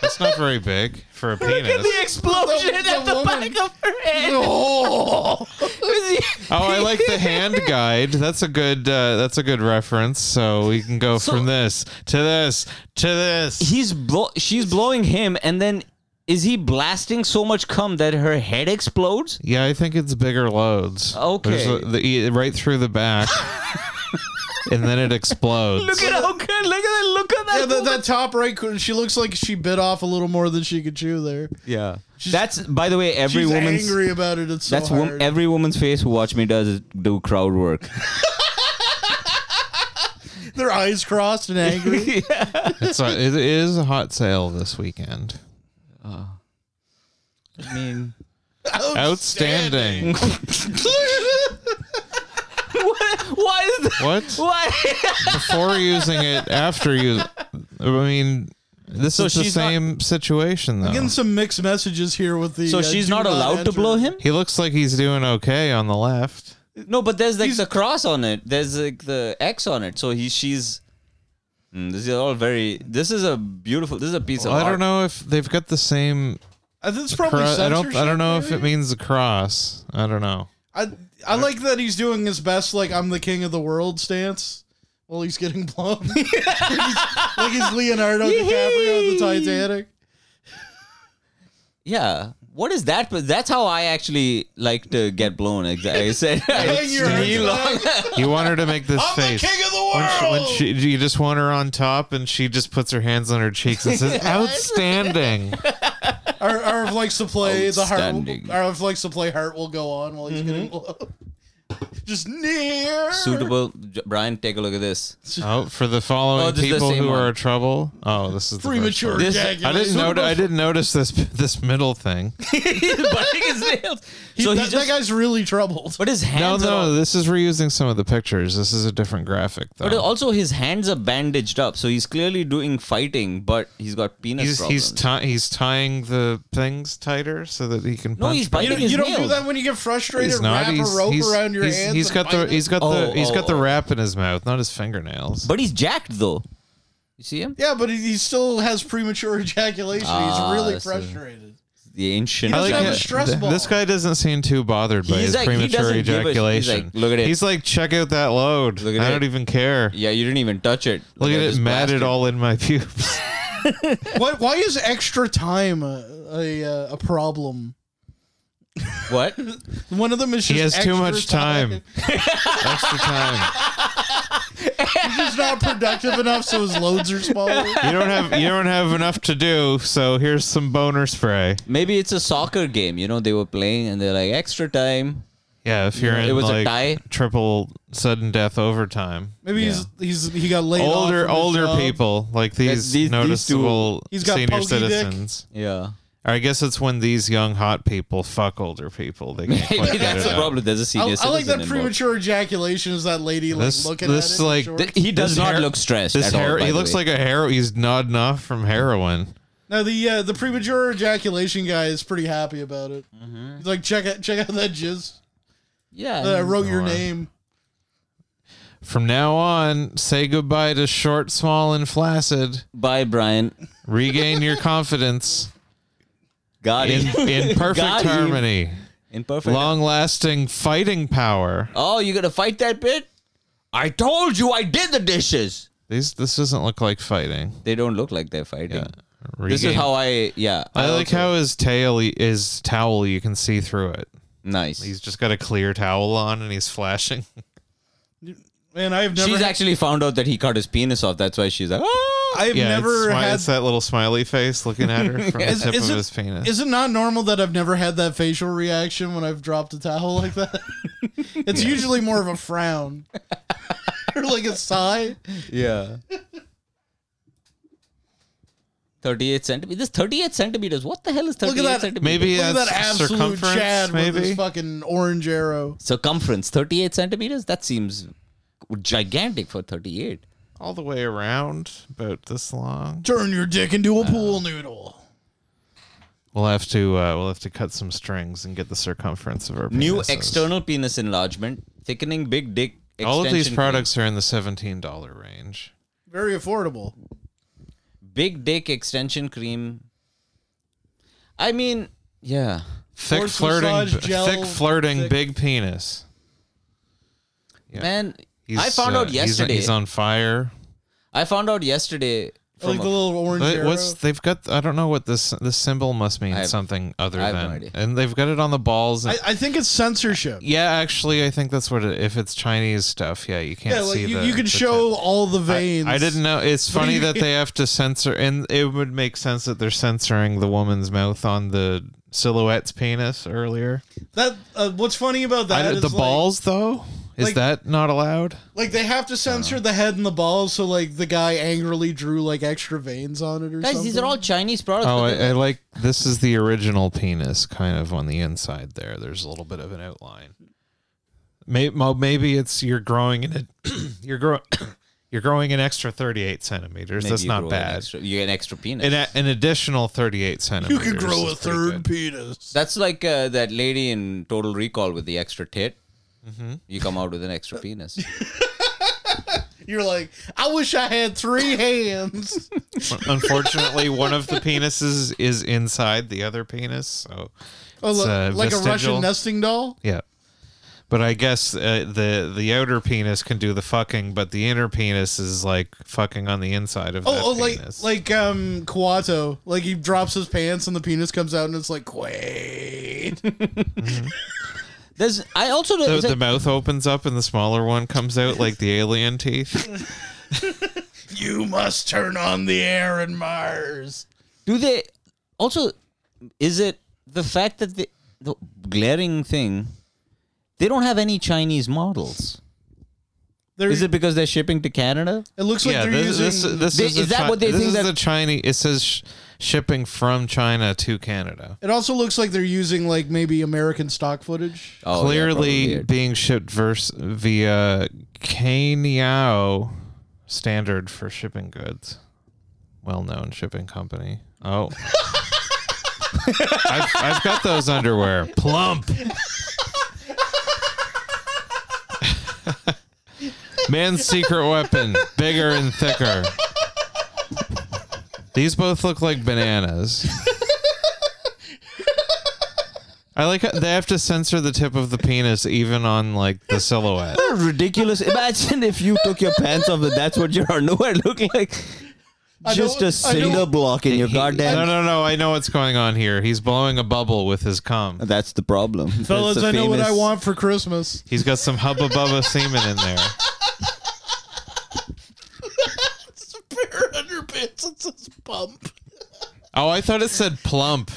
A: That's not very big for a penis.
B: explosion
C: The- the at the woman- back
B: of her head.
C: Oh.
A: Oh, I like
C: *laughs*
A: the hand guide. That's a good. Uh, that's a good reference. So we can go
B: So-
A: from this to this to this.
B: He's blow. She's blowing him, and then is he blasting so much cum that her head explodes?
A: Yeah, I think it's bigger loads.
B: Okay.
A: There's a- the, e, right through the
B: *laughs*
A: back, and then it explodes.
B: how good! Look at that! Look at
A: *laughs*
C: Yeah, that, that top right corner, she looks like she bit off a little more than she could chew there.
B: Yeah. that's by the way, every
C: she's
B: woman's
C: angry about it, it's so
B: that's wom-
C: hard.
B: every woman's face who watch me does is do
C: *laughs*
B: crowd work.
C: Their eyes crossed and
B: *laughs*
C: angry.
A: it's a, it is a hot sale this weekend.
B: Uh,
C: *laughs*
B: I mean,
A: outstanding.
B: what? Why is that?
A: What?
C: *laughs*
B: Why?
A: Before using it, after you. I mean, this
C: So
A: is the
C: she's not-
A: same situation though.
C: I'm getting some mixed messages here with the. uh, do enter.
B: him.
A: He looks like he's doing okay on the left.
B: No, but there's like the cross on it. There's like the X on it. So he, she's. Mm, this is all very. This is a beautiful. This is a piece
A: Well,
B: of.
A: Oh, I
B: art.
A: don't know if they've got the same.
C: I think it's probably
A: cro- I don't. I
C: censorship,
A: don't know if
C: maybe?
A: it means the cross. I don't know.
C: I I like that he's doing his best, like I'm the king of the world stance. While he's getting *laughs* blown, like, he's, like he's Leonardo DiCaprio on the Titanic.
B: Yeah. What is that? But that's how I actually like to get blown. Exactly. I said. *laughs*
C: Hang your head
B: knee long.
A: You want her to make this
C: *laughs*
A: face.
C: King of the world.
A: When she, when she, you just want her on top, and she just puts her hands on her cheeks
C: *laughs*
A: and says, "Outstanding."
C: Or, or if likes to play the heart.
A: Outstanding.
C: Will, or if likes to play heart will go on while he's getting
A: Mm-hmm.
C: blown. *laughs* Just near.
B: Suitable. J- Brian, take a look at this.
A: Oh, for the following
B: Oh, this is the
A: people
B: same
A: who
B: one.
A: are trouble. Oh, this is the
C: Premature
A: First one.
C: ejaculation.
A: I didn't notice. I didn't notice this *laughs* this middle thing.
B: biting his nails. *laughs* So
C: that,
B: he
C: that
B: just.
C: guy's really troubled.
B: But his
A: No,
B: hands are. all-
A: no, this is reusing some of the pictures. This is a different graphic though.
B: But also his hands are bandaged up, so he's clearly doing fighting, but he's got penis
A: he's
B: problems.
A: he's ti- he's tying the things tighter so that he can.
B: No,
A: punch
B: he's
A: back.
B: biting his
C: You don't do
B: nails.
C: that when you get frustrated.
A: He's not.
C: Wrap
A: He's,
C: a rope
A: he's-
C: around your
A: he's-
C: hands.
A: he's
C: and
A: got the
C: bite
A: he's got
B: Oh,
A: the he's
B: oh,
A: got the
B: oh.
A: wrap in his mouth, not his fingernails.
B: But he's jacked though. You see him?
C: Yeah, but he, he still has premature ejaculation.
B: Ah,
C: he's really
B: this is-
C: frustrated.
B: The ancient.
C: He doesn't
B: man.
C: have a stress ball.
A: This guy doesn't seem too bothered by
B: He's
A: his
B: like- he
A: premature
B: doesn't give a- he's
A: ejaculation.
B: like, look at it.
A: He's like, check out that load.
B: Look at
A: I
B: it.
A: don't even care.
B: Yeah, you didn't even touch it.
A: Look
B: I
A: at it
B: just
A: matted
B: blasted.
A: all in
B: *laughs*
A: my pubes.
C: Why, why is extra time a, a, uh, a problem?
B: What?
C: One of them is just
A: he has too
C: extra
A: much time. extra time.
C: He's just not productive enough, so his loads are
A: *laughs*
C: smaller.
A: You don't have you don't have enough to do, so here's some boner spray.
B: Maybe it's a soccer game. You know, they were playing and they're like extra time.
A: Yeah, if you're
B: Yeah,
A: in
B: it was a
A: like
B: tie.
A: triple sudden death overtime.
C: Maybe he's he's he got laid off
A: older
C: from his
A: older
C: job.
A: people like these,
B: these- these two-
A: noticeable
C: He's got
A: senior
C: pokey dick.
A: citizens.
B: Yeah.
A: Or I guess it's when these young hot people fuck older people. They can't quite
B: Maybe
A: get
B: *laughs* that's
A: it
B: the
A: out.
B: problem. There's a
C: I,
B: senior
C: I like
B: citizen
C: that
B: involved.
C: premature ejaculation is that lady like
A: This
C: looking
A: this
C: at it. in
A: like
C: shorts.
B: He does
A: this
B: not
A: hair-
B: look stressed.
A: This
B: at
A: hair
B: all, by
A: he
B: the
A: looks
B: way.
A: like a hero. He's nodding off from heroin.
C: Now the uh, the premature ejaculation guy is pretty happy about it.
B: Mm-hmm.
C: He's like, check out check out that jizz.
B: yeah.
C: that I wrote your
A: Oh, wow.
C: name.
A: From now on, say goodbye to short, small, and flaccid.
B: Bye, Brian.
A: Regain your confidence
B: Got
A: in,
C: *laughs*
B: him.
A: in perfect
B: *laughs* Got him.
A: harmony,
B: In perfect.
A: long-lasting fighting power.
B: Oh, you gonna fight that bit? I told you I did the dishes.
A: These this doesn't look like fighting.
B: They don't look like they're fighting. This is
A: Regain-
B: how I yeah.
A: I like
B: also-
A: how his tail, his towel, you can see through it.
B: nice.
A: He's just got a clear towel on and he's flashing.
C: Man, I've never
B: She's
C: had-
B: actually found out that he cut his penis off. That's why she's like, "Ah."
C: *laughs* I've
A: yeah, it's,
C: never
A: smi-
C: had
A: it's that little smiley face looking
C: *laughs*
A: at her from
C: Is-
A: the tip
C: is
A: of
C: it-
A: his penis.
C: Is it not normal that I've never had that facial reaction when I've dropped a towel like
A: *laughs*
C: that? it's usually more of a frown *laughs* or like a sigh.
B: yeah. *laughs* 38 centimeters. This 38 centimeters. What the hell is 38
C: Look at that.
B: centimeters?
A: Maybe
C: Look at
A: that's
C: that absolute
A: circumference.
C: Chad with
A: maybe
C: his fucking orange arrow.
B: Circumference 38 centimeters? That seems gigantic for 38.
A: all the way around, about this long.
C: Turn your dick into a
A: Uh.
C: pool noodle.
A: We'll have to uh, we'll have to cut some strings and get the circumference of our
B: New
A: penises.
B: external penis enlargement, thickening big dick.
A: All of these
B: extension
A: products are in the seventeen dollar range.
C: Very affordable.
B: cream. Big dick extension cream. I mean, yeah.
A: Thick
C: Force massage
A: flirting,
C: gel,
A: thick flirting,
C: thick-
A: big penis. Yeah.
B: Man,
A: He's,
B: I found
A: uh,
B: out
A: he's-
B: yesterday.
A: he's on fire.
B: I found out yesterday.
C: I like
B: from
C: the
B: a-
C: Oh, little orange
A: They-
C: arrow.
A: what's they've got? I don't know what this this symbol must mean.
B: I have-
A: something other
B: I have no
A: than,
B: idea.
A: and they've got it on the balls.
C: I, I think it's censorship.
A: yeah, actually, I think that's what. It, if it's Chinese stuff, yeah, you can't
C: Yeah, like
A: see
C: you,
A: the.
C: you can
A: the
C: show
A: tip.
C: all the
A: I-
C: veins.
A: I, didn't know.
C: *laughs*
A: It's
C: But
A: funny
C: you-
A: that they have to censor, and it would make sense that they're censoring the woman's mouth on the Silhouette's penis earlier.
C: That uh, what's funny about that
A: I,
C: is
A: the
C: like-
A: balls though is
C: like-
A: that
C: *laughs*
A: not allowed?
C: Like they have to censor
A: Uh.
C: the head and the balls, so like the guy angrily drew like extra veins on it or
B: Guys,
C: something.
B: these are all Chinese products.
A: Oh,
B: but
A: I,
B: they're-
A: I like this is the original penis kind of on the inside there. There's a little bit of an outline. Maybe, maybe it's you're growing in a *coughs* you're growing you're growing an extra 38 centimeters.
B: Maybe
A: That's
B: you
A: not
B: grow an
A: bad.
B: extra- you get an extra penis.
A: An, a- an additional 38 centimeters. is pretty good.
C: penis.
B: That's like uh, that lady in Total Recall with the extra tit.
A: Mhm.
B: You come out with an extra *laughs* penis.
C: You're like, I wish I had
A: *laughs*
C: three hands.
A: Unfortunately, one of the penises is inside the other penis, so
C: Oh,
A: it's
C: like-
A: a
C: like a
A: uh, vestigial.
C: Russian nesting doll.
A: Yeah. But I guess uh, the the outer penis can do the fucking, but the inner penis is like fucking on the inside of
C: Oh, oh,
A: that
C: like
A: penis.
C: like um Kawato. Like he drops his pants and the penis comes out and it's like Quaid.
B: There's I also
A: the,
B: is
A: the
B: it-
A: mouth opens up and the smaller one comes out like the alien
C: *laughs*
A: teeth.
C: you must turn on the air in Mars.
B: do they also is it the fact that the, the glaring thing they don't have any Chinese models.
C: They're-
B: is it because they're shipping to Canada?
C: It looks like
A: yeah,
C: they're
A: this, this,
C: using.
A: this
B: They-
A: is, a
B: is that
A: Chi-
B: what they
A: this
B: think
A: is
B: that-
A: the Chinese. It says sh- shipping from China to Canada.
C: it also looks like they're using like maybe American stock footage.
B: Oh, yeah,
A: Clearly
B: probably it.
A: being shipped vers- via Kanyao standard for shipping goods, well-known shipping company.
B: *laughs*
A: Oh. I've, I've got those underwear. Plump. Man's secret weapon, bigger and thicker. These both look like bananas. I like how they have to censor the tip of the penis even on like the silhouette.
B: ridiculous. Imagine if you took your pants off and that's what your underwear looked like.
C: I
B: Just
C: know-
B: a
C: I know-
B: cinder block in your goddamn.
A: No, no, no! I know what's going on here. He's blowing a bubble with his cum.
B: That's the problem,
C: Fellas,
B: That's
C: I
B: the
C: know what I
B: famous-
C: want for Christmas.
A: He's got some
C: *laughs*
A: hubba bubba semen in there.
C: it's a pair of underpants that says pump.
A: Oh, I thought it said plump.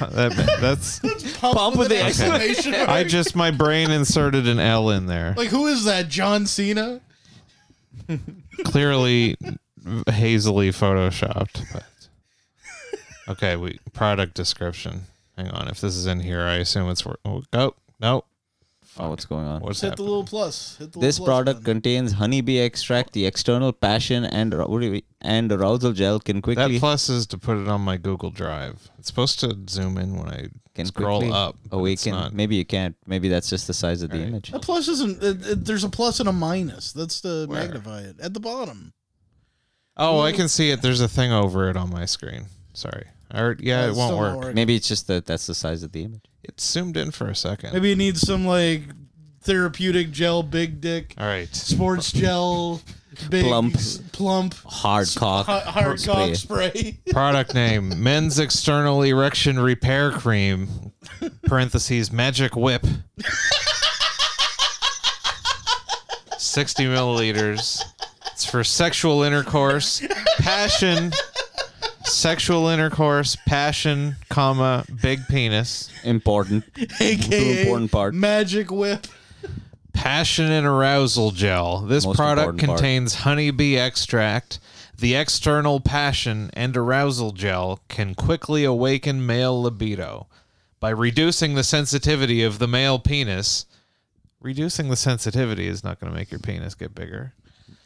A: That-
C: *laughs*
A: that's.
C: Pump,
B: with
C: an
B: the
C: exclamation mark.
A: I just my brain inserted an L in there.
C: like who is that? John Cena?
A: Clearly, hazily photoshopped. But okay, we product description. Hang on, if this is in here, I assume it's wor- oh go no.
B: Oh, what's going on?
A: What's
C: Just hit the
A: happening?
C: little plus. Hit the
B: This
C: little plus
B: product contains honeybee extract, the external passion and arou- and arousal gel can
A: That
B: quickly
A: plus is to put it on my Google Drive. It's supposed to zoom in when I
B: can
A: scroll
B: quickly
A: up. but it's
B: awaken.
A: not.
B: Maybe you can't. Maybe that's just the size of the image.
C: A plus isn't. It, it, there's a plus and a minus. That's to
A: Where?
C: magnify it at the bottom.
A: Oh, I can see it. There's a thing over it on my screen. Sorry. Or, yeah,
C: Uh,
A: it
C: it's
A: won't
C: still not
A: work.
C: working.
B: Maybe it's just that that's the size of the image.
A: It's zoomed in for a second.
C: Maybe it needs some like therapeutic gel, big dick,
A: All right.
C: sports gel, big
B: Plump.
C: s- plump,
B: Hard cock.
C: hard, hard
B: spray.
C: cock *laughs* spray.
A: Product name: Men's External Erection Repair Cream. Parentheses Magic Whip. Sixty milliliters. It's for sexual intercourse, passion, sexual intercourse, passion, comma, big penis,
B: Important.
C: AKA
B: important part.
C: magic whip.
A: passion and arousal gel. This
B: Most
A: product
B: important part.
A: contains honeybee extract. The external passion and arousal gel can quickly awaken male libido by reducing the sensitivity of the male penis. Reducing the sensitivity is not going to make your penis get bigger.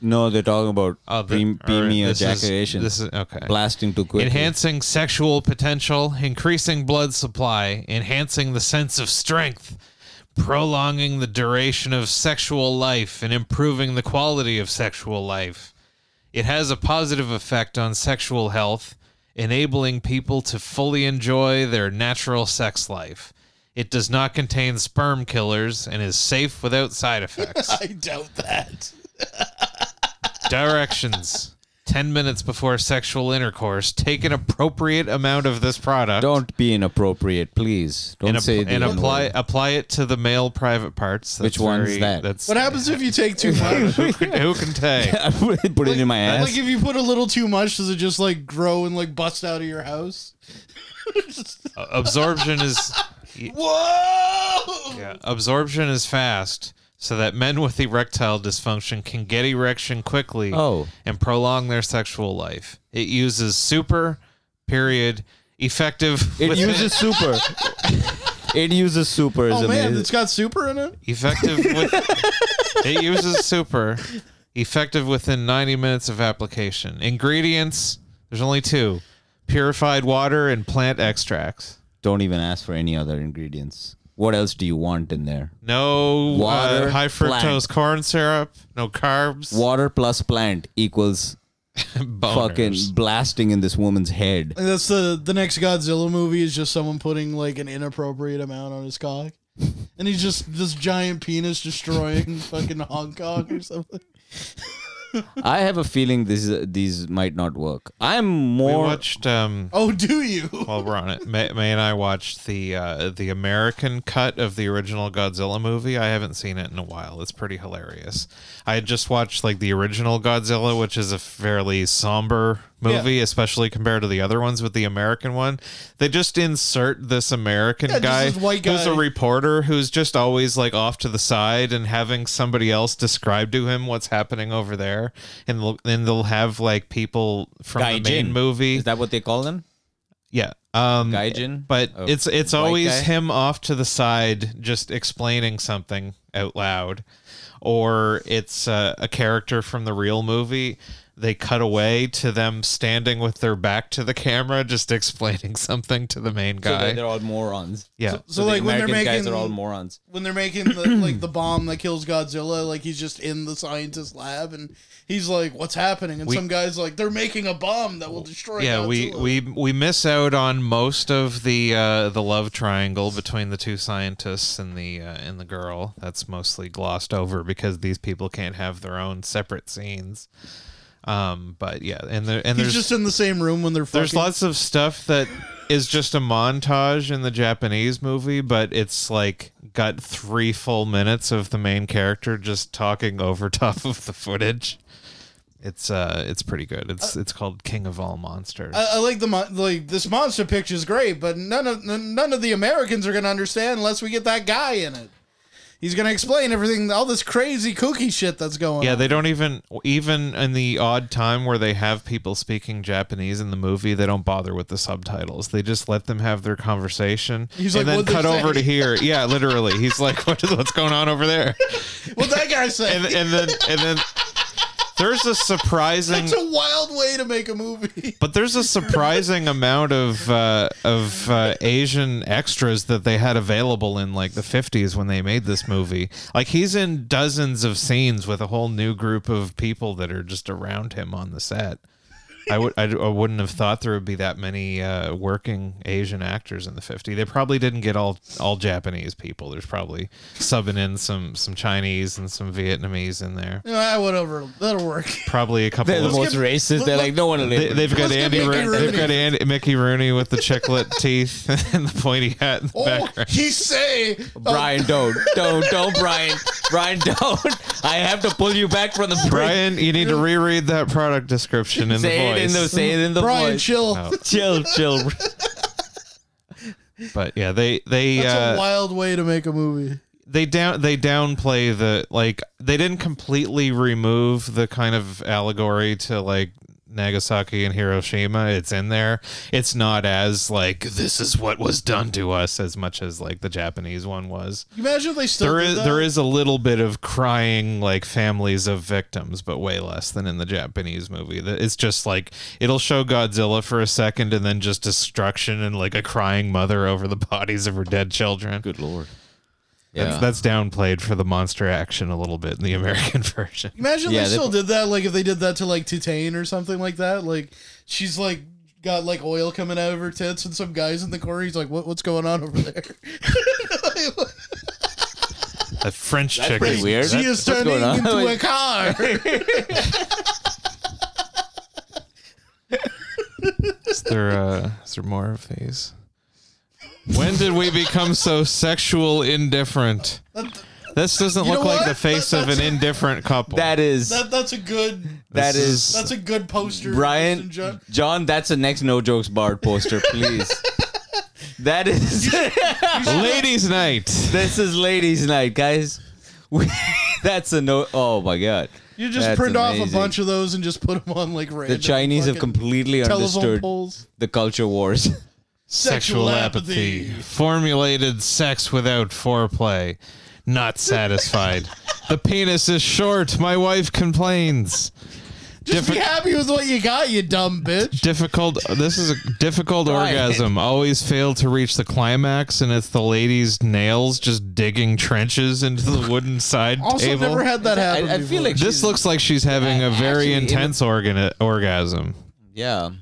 B: No, they're talking about
A: Oh, the-
B: pre-
A: all right,
B: premium
A: this is-
B: ejaculation.
A: this is- okay.
B: Blasting too quickly.
A: Enhancing sexual potential, increasing blood supply, enhancing the sense of strength, prolonging the duration of sexual life, and improving the quality of sexual life. It has a positive effect on sexual health, enabling people to fully enjoy their natural sex life. It does not contain sperm killers and is safe without side effects.
C: I doubt that.
A: Directions 10 minutes before sexual intercourse, take an appropriate amount of this product
B: Don't be inappropriate, please. Don't
A: and, app-
B: say the
A: and
B: N-word.
A: apply apply it to the male private parts. That's
B: Which one's
A: very-
B: that?
A: That's
C: What happens if you take too much?
A: who, can, *laughs* who can take?
B: *laughs* put it in my ass.
C: Like if you put a little too much, does it just like grow and like bust out of your house?
A: Uh, absorption is
C: Whoa!
A: yeah, absorption is fast, so that men *laughs* with erectile dysfunction can get erection quickly
B: Oh.
A: and prolong their sexual life. It uses super period effective.
B: it
A: within-
B: uses super. it uses super. Is
C: Oh man,
B: amazing.
C: it's got super in it.
A: *laughs* effective with it uses super effective within 90 minutes of application ingredients there's only two purified water and plant extracts
B: Don't even ask for any other ingredients. What else do you want in there?
A: no
B: Water,
A: uh, high fructose
B: plant.
A: corn syrup no carbs
B: Water plus plant equals
A: *laughs* boners.
B: fucking blasting in this woman's head.
C: And that's the the next Godzilla movie is just someone putting like an inappropriate amount on his cock, and he's just this giant penis destroying *laughs* fucking Hong Kong or something.
B: I have a feeling this these might not work. I'm
A: we
B: more
A: watched um
C: Oh, do you?
A: while we're on it may, may and i watched the uh the american cut of the original godzilla movie i haven't seen it in a while it's pretty hilarious i had just watched like the original godzilla which is a fairly somber movie especially compared to the other ones with the american one they just insert this american
C: Yeah, just
A: guy
C: this white
A: who's a
C: guy.
A: reporter who's just always like off to the side and having somebody else describe to him what's happening over there and they'll- then they'll have like people from the main
B: Gaijin.
A: movie
B: Is that what they call them?
A: yeah. Um
B: Gaijin?
A: But
B: A
A: it's it's
B: white
A: always
B: guy?
A: him off to the side just explaining something out loud. Or it's uh, a character from the real movie. They cut away to them standing with their back to the camera just *laughs* explaining something to the main
B: So
A: guy.
B: they're all morons.
A: yeah.
C: So,
B: the
C: like when they're
B: American
C: making
B: guys are all morons.
C: when they're making the,
A: *clears throat*
C: like the bomb that kills Godzilla, like he's just in the scientist lab and he's like, "What's happening?" And
A: We-
C: some guys like, "They're making a bomb that will destroy."
A: yeah, we,
C: Godzilla."
A: we we miss out on most of the uh, the love triangle between the two scientists and the uh, and the girl. That's mostly glossed over because these people can't have their own separate scenes. Um, but yeah, and there and
C: he's
A: there's
C: just in the same room when they're fucking.
A: there's lots of
C: *laughs*
A: stuff that is just a montage in the Japanese movie, but it's like got three full minutes of the main character just talking over *laughs* top of the footage. It's uh, it's pretty good. It's it's called King of All Monsters.
C: I, I like the mon- like this monster picture is great, but none of n- none of the Americans are gonna understand unless we get that guy in it. He's gonna explain everything, all this crazy kooky shit that's going.
A: Yeah,
C: on.
A: they don't even even in the odd time where they have people speaking Japanese in the movie, they don't bother with the subtitles. They just let them have their conversation
C: He's like,
A: and then
C: "What'd they
A: cut over to
C: say?"
A: here. Yeah, literally. He's like, what is, what's going on over there?
C: What that guy said.
A: And and then and then there's a surprising
C: That's a wild way to make a movie. *laughs*
A: but there's a surprising amount of uh, of uh, Asian extras that they had available in like the 50s when they made this movie. Like he's in dozens of scenes with a whole new group of people that are just around him on the set. I would I, I wouldn't have thought there would be that many uh, working Asian actors in the 50s. They probably didn't get all all Japanese people. There's probably subbing in some some Chinese and some Vietnamese in there.
C: You know, that would over. That'll work.
A: Probably a couple
B: They're the
A: of
B: most
C: give-
B: racist. They're
C: let-
B: like, no one will
A: they,
B: live.
A: they've got
C: Let's get
A: Andy.
C: Mickey
A: Rooney. They've
C: Rooney.
A: got Andy, Mickey Rooney with the
C: *laughs*
A: chiclet teeth *laughs* and the pointy hat in the
C: Oh, *laughs*
A: background.
C: he say uh,
B: Brian, don't, don't, don't, Brian, Brian, *laughs* don't. I have to pull you back from the Brian.
A: Brian, you need to reread that product description in
B: say
A: the
B: it in
A: voice.
B: the say it in the
C: Brian,
B: voice.
C: chill.
A: Oh.
B: chill, chill.
A: but yeah, they they
C: That's a
A: uh,
C: wild way to make a movie.
A: they down they downplay the like they didn't completely remove the kind of allegory to like Nagasaki and Hiroshima. It's in there. It's not as like this is what was done to us as much as like the Japanese one was.
C: You imagine if they still
A: there
C: did
A: is
C: that?
A: there is a little bit of crying like families of victims but way less than in the japanese movie That- it's just like it'll show godzilla for a second and then just destruction and like a crying mother over the *laughs* bodies of her dead children
B: Good lord.
A: that's,
B: Yeah.
A: that's downplayed for the monster action a little bit in the *laughs* american version
C: Imagine they
B: Yeah, they-
C: still did that. Like if they did that to like Titane or something like that. Like she's like got like oil coming out of her tits, and some guys in the corner. He's like, "What? What's going on over there?" *laughs*
A: that french chick
B: pretty
A: is-
B: weird.
A: that-
B: *laughs*
C: she is
B: what's
C: turning
B: going on?
C: into a car.
A: there, uh, is there more of these? When did we become so sexual indifferent? This doesn't
C: You
A: look
C: know
A: like
C: what?
A: the face of an indifferent couple.
B: That is
C: That, that's a good.
B: That
C: that's-
B: is-
C: That's a good poster. Justin
B: Brian
C: John.
B: John. That's the next no jokes barred poster,
C: *laughs*
B: please. that is *laughs*
A: ladies' night.
B: This is ladies' night, guys. We, *laughs* that's a no. Oh my god.
C: You just
B: That's
C: print off a
B: amazing.
C: bunch of those and just put them on like random.
B: The Chinese have
C: fucking
B: completely
C: telephone
B: understood
C: poles.
B: the culture wars. *laughs*
A: Sexual apathy. Formulated sex without foreplay. Not satisfied. the penis is short. My wife complains.
C: Just be
A: Diffi-
C: happy with what you got, you dumb bitch.
A: difficult this is a difficult
C: Right.
A: orgasm always failed to reach the climax and it's the lady's nails just digging trenches into the wooden side
C: Also
A: table
C: never had that happen
B: I- I feel like
A: this
B: she's-
A: looks like she's having a very
B: actually in-
A: intense organ orgasm
B: Yeah.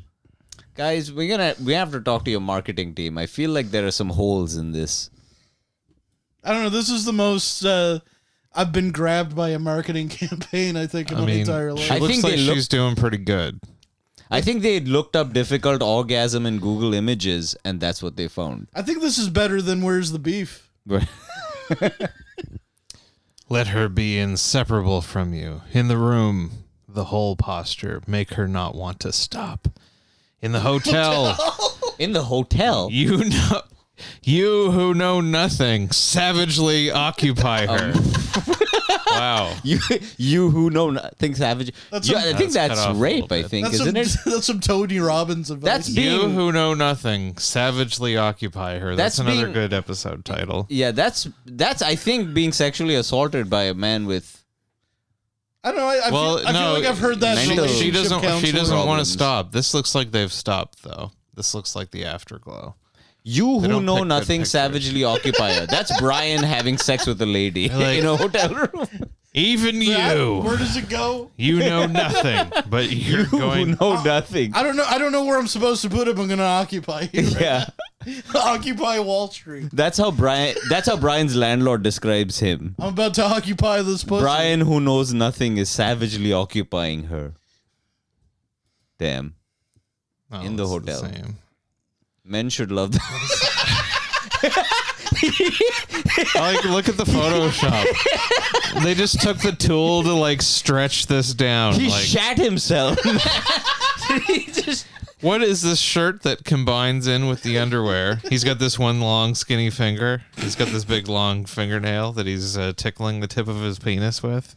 B: Guys, we're gonna we have to talk to your marketing team. I feel like there are some holes in this.
C: I don't know. This is the most uh, I've been grabbed by a marketing *laughs* campaign. I think in
A: i
C: my
A: mean
C: entire life.
A: she looks
B: think they
A: like
B: look-
A: she's doing pretty good
B: I think they looked up difficult orgasm in Google Images, and that's what they found. *laughs*
C: I think this is better than "Where's the Beef."
A: let her be inseparable from you in the room the whole posture make her not want to stop in the
B: *laughs*
A: hotel.
B: In the hotel,
A: You know, you who know nothing, savagely occupy her.
B: *laughs*
A: wow,
B: *laughs* Um. you you who know no- things savage.
C: That's
B: Yeah,
C: a-
B: I think
A: That's cut
B: that's
A: off a
B: rape.
A: little
B: I
A: bit.
B: think
C: that's
B: isn't
C: some,
A: *laughs*
C: *laughs*
B: it?
C: That's some Tony Robbins advice.
B: That's
A: you
B: being-
A: who know nothing, savagely occupy her. That's,
B: That's
A: another
B: being-
A: good episode title.
B: Yeah, that's that's I think being sexually assaulted by a man with
C: I don't know. I, I,
A: well,
C: feel, I
A: no,
C: feel like I've heard that.
A: She,
C: from
A: she
C: relationship
A: doesn't. She
C: counselors.
A: doesn't want to
B: Problems.
A: stop. This looks like they've stopped though. This looks like the afterglow.
B: you
A: They
B: who
A: don't pick
B: know
A: good
B: nothing
A: pictures.
B: savagely occupy her. That's
A: *laughs*
B: Brian having sex with a lady
A: Like-
B: in a hotel room.
A: Even
C: I-
A: you,
C: Where does it go?
A: you
B: *laughs*
A: know nothing, but you're *laughs* going. "Ah,
B: Who know nothing.
C: I don't know. I don't know where I'm supposed to put him. I'm gonna occupy *laughs* you.
B: Yeah.
C: occupy Wall Street.
B: That's how Brian. That's how Brian's landlord describes him.
C: I'm about to occupy this pussy.
B: Brian, who knows nothing, is savagely occupying her. Damn,
A: No,
B: in the
A: Oh, it's
B: hotel.
A: same.
B: men should love that.
A: like look at the Photoshop.
B: *laughs*
A: they just took the tool to like stretch this down.
B: He
A: like,
B: shat himself. he just.
A: what is this shirt that combines in with the underwear? He's got this one long skinny finger. He's got this big long fingernail that he's uh, tickling the tip of his penis with.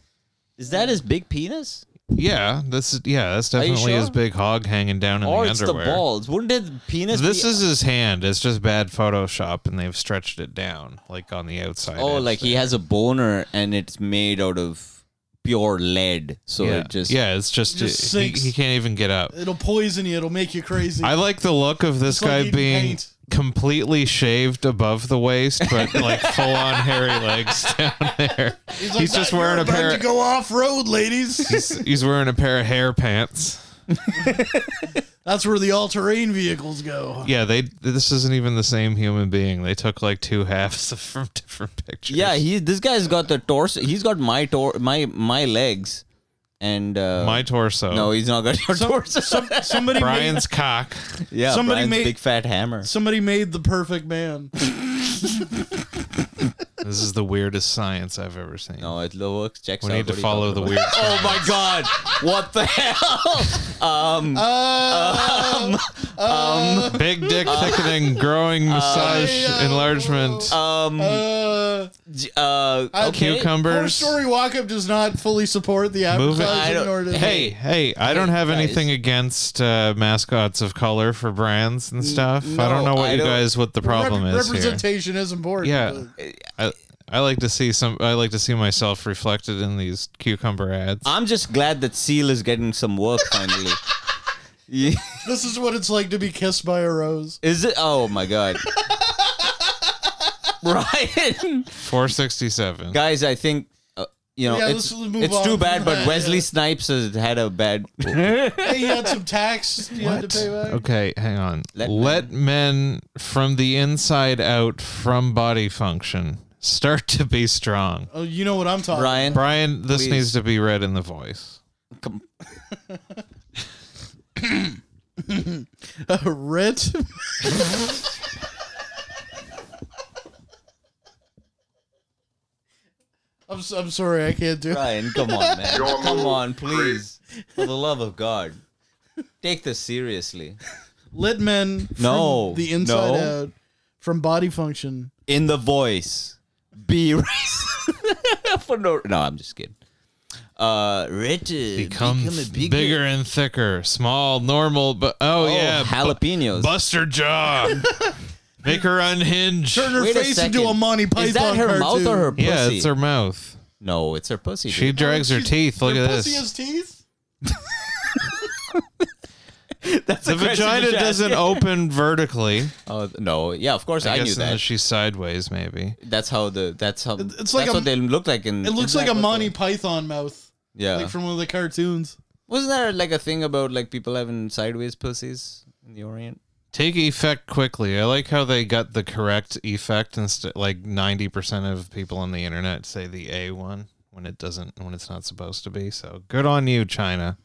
B: Is that his big penis?
A: Yeah, this is yeah, that's
B: you
A: definitely his
B: sure?
A: big hog hanging down in
B: or
A: the
B: it's
A: underwear.
B: the balls? Wouldn't it the penis?
A: This
B: be-
A: is his hand. It's just bad Photoshop, and they've stretched it down like on the outside.
B: Oh,
A: edge
B: like he
A: there.
B: has a boner and it's made out of pure lead. So
A: yeah.
B: it just.
A: yeah, it's just,
C: Just
A: he,
C: sinks.
A: he can't even get up.
C: It'll poison you. It'll make you crazy.
A: I like the look of this
C: like
A: guy
C: eating
A: being
C: paint.
A: completely shaved above the waist,
C: *laughs*
A: but like full on hairy legs down there. He's,
C: like,
A: just
C: "Nah,
A: wearing
C: you're
A: a pair.
C: about to go off road, ladies.
A: *laughs* he's wearing a pair of hair pants.
C: That's where the all terrain vehicles go.
A: Yeah, they. This isn't even the same human being. They took like two halves *laughs* of- from different pictures.
B: Yeah, he. This guy's got the torso. He's got my tor- my my legs, and uh,
A: my torso.
B: No, he's not got your torso.
A: *laughs*
C: Somebody *laughs*
A: Brian's cock.
B: yeah,
C: somebody
B: Brian's
C: made-
B: big fat hammer.
C: made somebody made the perfect man.
A: This is the weirdest science I've ever seen.
B: No, it works. Checks
A: we
B: out.
A: need to
B: What are you
A: follow the
B: talking
A: weird.
B: about? Oh my god! *laughs* What the hell? Um,
A: Big dick
B: Uh,
A: thickening, growing, massage, enlargement,
B: um,
C: *laughs* Uh,
B: j- uh,
C: Four
B: okay.
A: cucumbers.
C: Story Walk Up does not fully support the
A: Moving-
B: I
C: advertising.
B: don't-
C: Nor does
A: Hey, hey, I don't have
B: guys.
A: anything against uh, mascots of color for brands and stuff. I don't know
B: no,
A: what
B: I
A: you
B: don't-
A: guys what the problem
C: Rep-
A: is here.
C: representation is important.
A: Yeah.
C: but
A: I, I like to see some I like to see myself reflected in these cucumber ads.
B: I'm just glad that Seal is getting some work finally. *laughs* Yeah.
C: This is what it's like to be kissed by a
A: *laughs*
C: rose.
B: Is it? Oh my
C: *laughs*
B: god. Brian,
A: 467.
B: guys, I think uh, you know
C: Yeah,
B: it's,
C: let's move
B: it's
C: on
B: too
C: from
B: bad, but
C: that,
B: Wesley
C: yeah.
B: Snipes has had a bad.
C: Hey, you had some tax you had to pay back.
A: Okay, hang on. Let,
B: Let
A: men from the inside out from body function start to be strong.
C: Oh, you know what I'm talking. about.
B: Brian,
A: Brian, this
B: Please.
A: needs to be read in the voice.
B: come-
C: *laughs* uh,
A: *laughs*
C: Rhett. I'm, s- I'm sorry, I can't do
B: Ryan,
C: it.
B: come on, man. come on, please. For the love of God. Take this seriously.
C: Lit men. from
B: No,
C: the inside
B: no.
C: out from body function.
B: In the voice. Be *laughs* racist. For no, no, I'm just kidding. Uh, Richard,
A: Become, bigger. and thicker, small, normal, but oh,
B: Oh,
A: yeah, bu-
B: jalapenos.
A: bust her jaw,
B: *laughs*
A: make her unhinged,
C: Turn her Wait a face into second. a Monty Is that Python her mouth cartoon. or her
A: Yeah,
B: pussy? Oh,
A: it's her mouth.
B: No, it's her pussy.
A: She
B: dude.
A: drags her teeth. Look
C: Your
A: at
C: pussy
A: this.
C: has teeth?
B: That's
A: the
B: a question
A: vagina
B: to ask. *laughs*
A: doesn't open vertically.
B: Oh th- no, yeah, of course I,
A: guess
B: knew that.
A: unless she's sideways, maybe.
B: that's how the that's how
C: it's like
B: that's
C: a-
B: what they look like in.
C: It looks like a Monty Python mouth.
B: Yeah.
C: Like from one of the cartoons.
B: Wasn't there like a thing about like people having sideways pussies in the Orient?
A: Take effect quickly. I like how they got the correct effect instead. Like ninety percent of people on the internet say the A one when it doesn't, when it's not supposed to be. So good on you, China.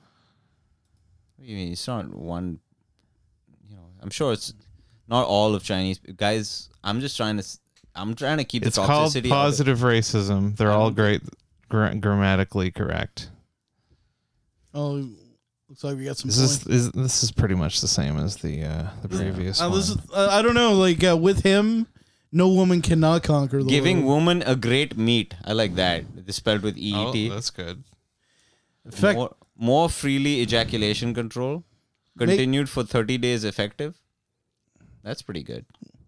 B: You mean it's not one? You know, I'm sure it's not all of Chinese guys. I'm just trying to. s- I'm trying to keep
A: It's
B: the
A: called
B: toxicity. out of- Um,
A: positive racism. They're all great, gra- grammatically correct.
C: Oh, looks like we got some
A: This
C: points.
A: is, is this is pretty much the same as the uh, the previous
C: Uh,
A: one.
C: this is- uh, I don't know. Like uh, with him, no woman cannot conquer the
B: Giving
C: world.
B: woman a great meat. I like that. It's spelled with E E T.
A: Oh, that's good.
C: fact-
B: more, more freely ejaculation control.
C: Make-
B: Continued for 30 days effective. That's pretty good.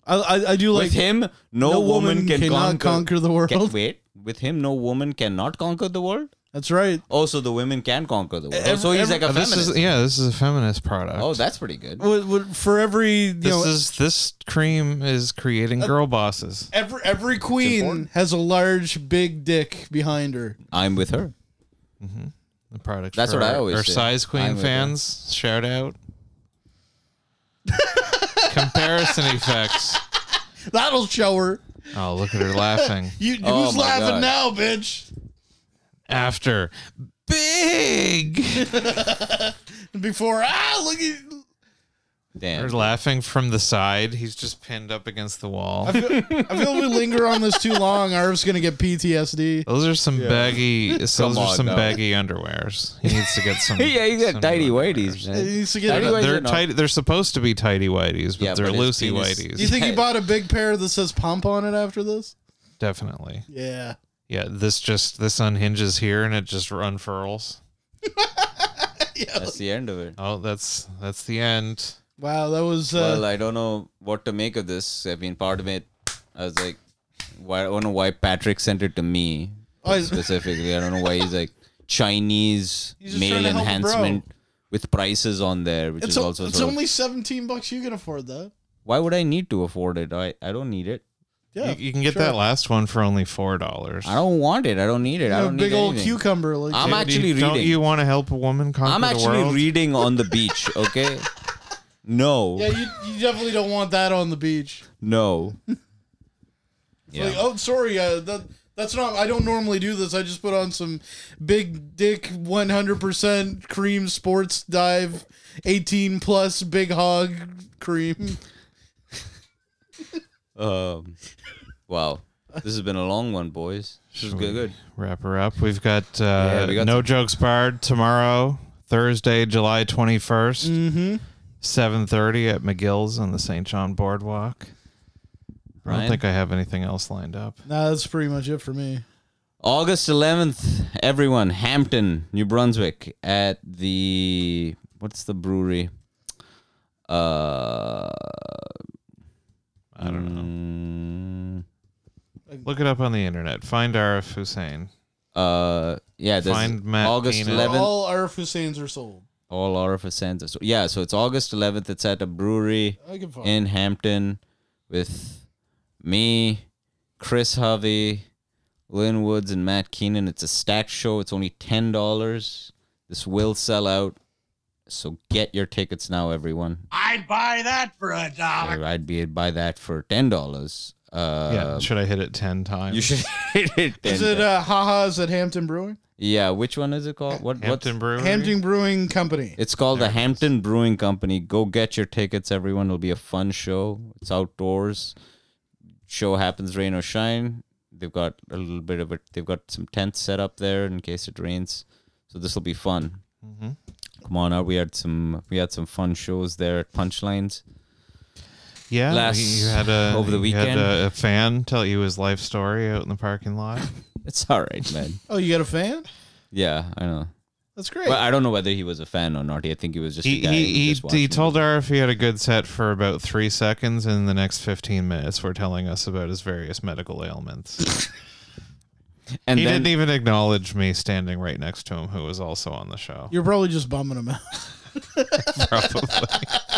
C: I, I, I do like
B: with him, no, woman, can
C: cannot
B: conquer,
C: conquer the world.
B: Can, wait, with him, no woman cannot conquer the world.
C: That's right.
B: Also, the women can conquer the world. Oh,
C: Ev-
B: so he's
C: ev-
B: like a
A: Uh, this
B: feminist.
A: is yeah, this is a feminist product.
B: oh, that's pretty good.
C: Would- would- For every you
A: this
C: know,
A: is this cream is
B: Uh,
A: creating girl bosses.
C: every every queen has a large big dick behind her.
B: I'm with her.
A: The product.
B: That's
A: for
B: what I
A: our-
B: always
A: Our
B: say.
A: size
B: I'm
A: queen
B: with
A: fans, shout out. Comparison effects.
C: That'll show her.
A: Oh, look at her
B: *laughs*
A: laughing.
C: You,
B: Oh
C: who's
B: my
C: laughing
B: God.
C: now, bitch?
A: After big,
C: Before ah, look at.
B: Damn. *laughs*
A: They're laughing from the side. He's just pinned up against the wall.
C: I feel if we linger on this too long, Arv's gonna get PTSD.
A: Those are some baggy. Those
B: *laughs* Come
A: are
B: on,
A: some
B: no.
A: baggy underwears. He needs to get
B: *laughs*
A: some.
B: yeah, you
A: some
B: got tidy
A: new
B: whities,
C: He *laughs*
B: man.
C: needs to get.
B: Anyway,
A: They're
B: you know.
A: tight. They're supposed to be tidy whities, but
B: Yeah,
A: they're
B: but his
A: loosey
B: penis-
C: Do you
A: whities.
C: think he bought a big pair that says pump on it after this?
A: Definitely.
C: Yeah.
A: Yeah. This just this unhinges here and it just unfurls.
B: That's the end of it.
A: Oh, that's that's the end.
C: Wow, that was. Uh,
B: Well, I don't know what to make of this. I mean, part of it, I was like, why, I don't know why Patrick sent it to me
C: I-
B: specifically. I don't know why he's like Chinese
C: He's just trying
B: male
C: to help a bro.
B: enhancement with prices on there, which
C: it's
B: is
C: o-
B: also
C: it's
B: sort of-
C: only seventeen bucks. You can afford that.
B: why would I need to afford it? I, I don't need it.
C: Yeah,
A: you, you can get
C: sure.
A: that last one for only four dollars.
B: I don't want it. I don't need it. I
C: A
B: don't
C: big
B: need
C: old
B: anything.
C: cucumber. Like
B: I'm
C: that.
B: actually
A: Don't
B: reading.
A: you want to help a woman conquer
B: I'm
A: the
B: actually
A: world?
B: reading on the
C: *laughs*
B: beach. Okay. No.
C: yeah, you, you definitely don't want that on the beach. *laughs*
B: No.
C: It's Like, oh, sorry, uh, that that's not. I don't normally do this. I just put on some big dick, one hundred percent cream sports dive, eighteen plus big hog cream.
B: Um. Wow. This has been a long one, boys. This is
A: Should
B: good.
A: we
B: Good.
A: Wrap her up. We've got, uh,
B: Yeah, we got
A: no
B: some-
A: jokes barred tomorrow, Thursday, July twenty
B: Mm-hmm.
A: seven thirty at McGill's on the St. John Boardwalk. I
B: Brian?
A: don't think I have anything else lined up.
C: Nah, that's pretty much it for me.
B: August 11th, everyone, Hampton, New Brunswick, at the what's the brewery? Uh,
A: I don't know.
B: mm,
A: Look it up on the internet. Find Arif Hussein.
B: uh, yeah, there's
A: Find Matt
B: August
A: Keenan.
B: 11th. All,
C: All our Husseins are sold.
B: all orifices. So, yeah, so it's August 11th. It's at a brewery
C: I can find.
B: in Hampton with me, Chris Hovey, Lynn Woods, and Matt Keenan. It's a stacked show. It's only ten dollars. This will sell out. So get your tickets now, everyone.
E: I'd buy that for a dollar.
B: I- I'd be buy that for ten dollars. Uh,
A: yeah, should I hit it ten times?
B: you should *laughs* hit it. uh,
C: Is
B: 10.
C: it uh, Haha's at Hampton Brewing?
B: Yeah, which one is it called? What
A: Hampton
B: what's-
A: Brewery?
C: Hampton Brewing Company.
B: It's called the Hampton Brewing Company. Go get your tickets, everyone. It'll be a fun show. It's outdoors. Show happens, rain or shine. They've got a little bit of it. They've got some tents set up there in case it rains. So this will be fun.
A: Mhm.
B: Come on out. We had some. We had some fun shows there at Punchlines.
A: Yeah,
B: last
A: you had a
B: over the
A: you had
B: weekend.
A: a, a fan tell you his life story out in the parking lot.
B: it's all right, man.
C: Oh, you got a fan?
B: Yeah, I know.
C: That's great.
B: Well, I don't know whether he was a fan or not. I think he was just a
A: He
B: guy who
A: he,
B: just
A: he,
B: watched
A: he
B: it.
A: told Arif he had a good set for about three seconds, and in the next fifteen minutes, were telling us about his various medical ailments.
B: And
A: he
B: then-
A: didn't even acknowledge me standing right next to him, who was also on the show.
C: You're probably just bumming him out.
A: Probably.
C: *laughs*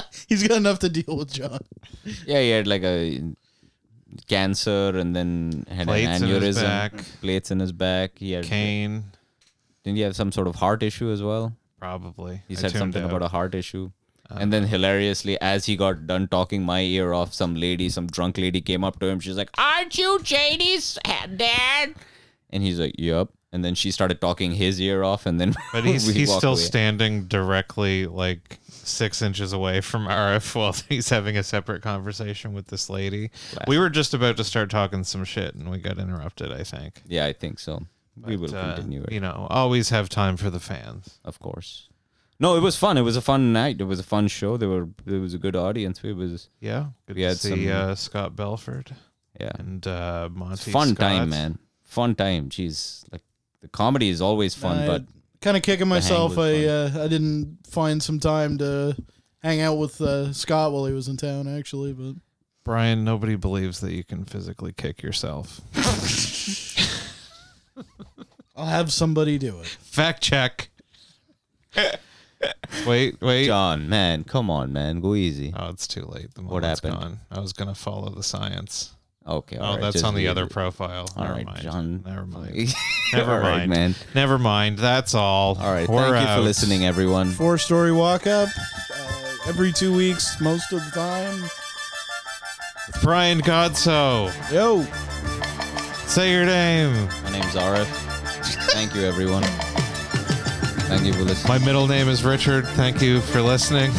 A: *laughs*
C: He's got enough to deal with, John.
B: Yeah, he had like a cancer and then had
A: Plates
B: an
A: in
B: aneurysm.
A: his back.
B: Plates in his back. He had
A: Cane.
B: Didn't he have some sort of heart issue as well?
A: Probably.
B: He
A: I
B: said
A: tuned Uh,
B: something
A: out.
B: about a heart issue. and then hilariously, as he got done talking my ear off, some lady, some drunk lady came up to him. She's like, Aren't you JD's dad? and he's like, Yup. And then she started talking his ear off, and then
A: But he's,
B: *laughs* we
A: he's
B: walked
A: still
B: away.
A: standing directly like six inches away from *laughs* RF while he's having a separate conversation with this lady. We were just about to start talking some shit and we got interrupted, I think.
B: Yeah, I think so. we will
A: uh,
B: continue it.
A: You know, always have time for the fans.
B: Of course. No, it was fun. It was a fun night. It was a fun show. There were there was a good audience. It was
A: Yeah. Good
B: we
A: to
B: had
A: see
B: some
A: uh, Scott Belford.
B: Yeah.
A: And uh,
B: it's
A: Monty
B: fun
A: Scott.
B: time, man. Fun time. Jeez, like the comedy is always fun,
C: I-
B: but
C: kind of kicking
B: the hang
C: myself. I
B: was
C: uh, I didn't find some time to hang out with uh, Scott while he was in town, actually. But
A: Brian, nobody believes that you can physically kick yourself. *laughs*
C: I'll have somebody do it.
A: Fact check. *laughs* wait, wait.
B: John, man, come on, man, go easy.
A: Oh, it's too late. The
B: what
A: moment's
B: happened?
A: gone. I was gonna follow the science.
B: Okay,
A: Oh,
B: all right,
A: that's
B: just
A: on the
B: leave
A: other
B: it.
A: profile.
B: All
A: Never
B: right,
A: mind.
B: John.
A: Never mind. *laughs* Never
B: *laughs* All right,
A: mind,
B: man.
A: Never mind. That's all. All
B: right,
A: We're
B: thank
A: out.
B: you for listening, everyone.
C: Four story walk up uh, every two weeks, most of the time.
A: Brian Godso.
C: Yo.
A: Say your name.
B: My name's Arif. Thank you, everyone. Thank you for listening.
A: My middle name is Richard. Thank you for listening.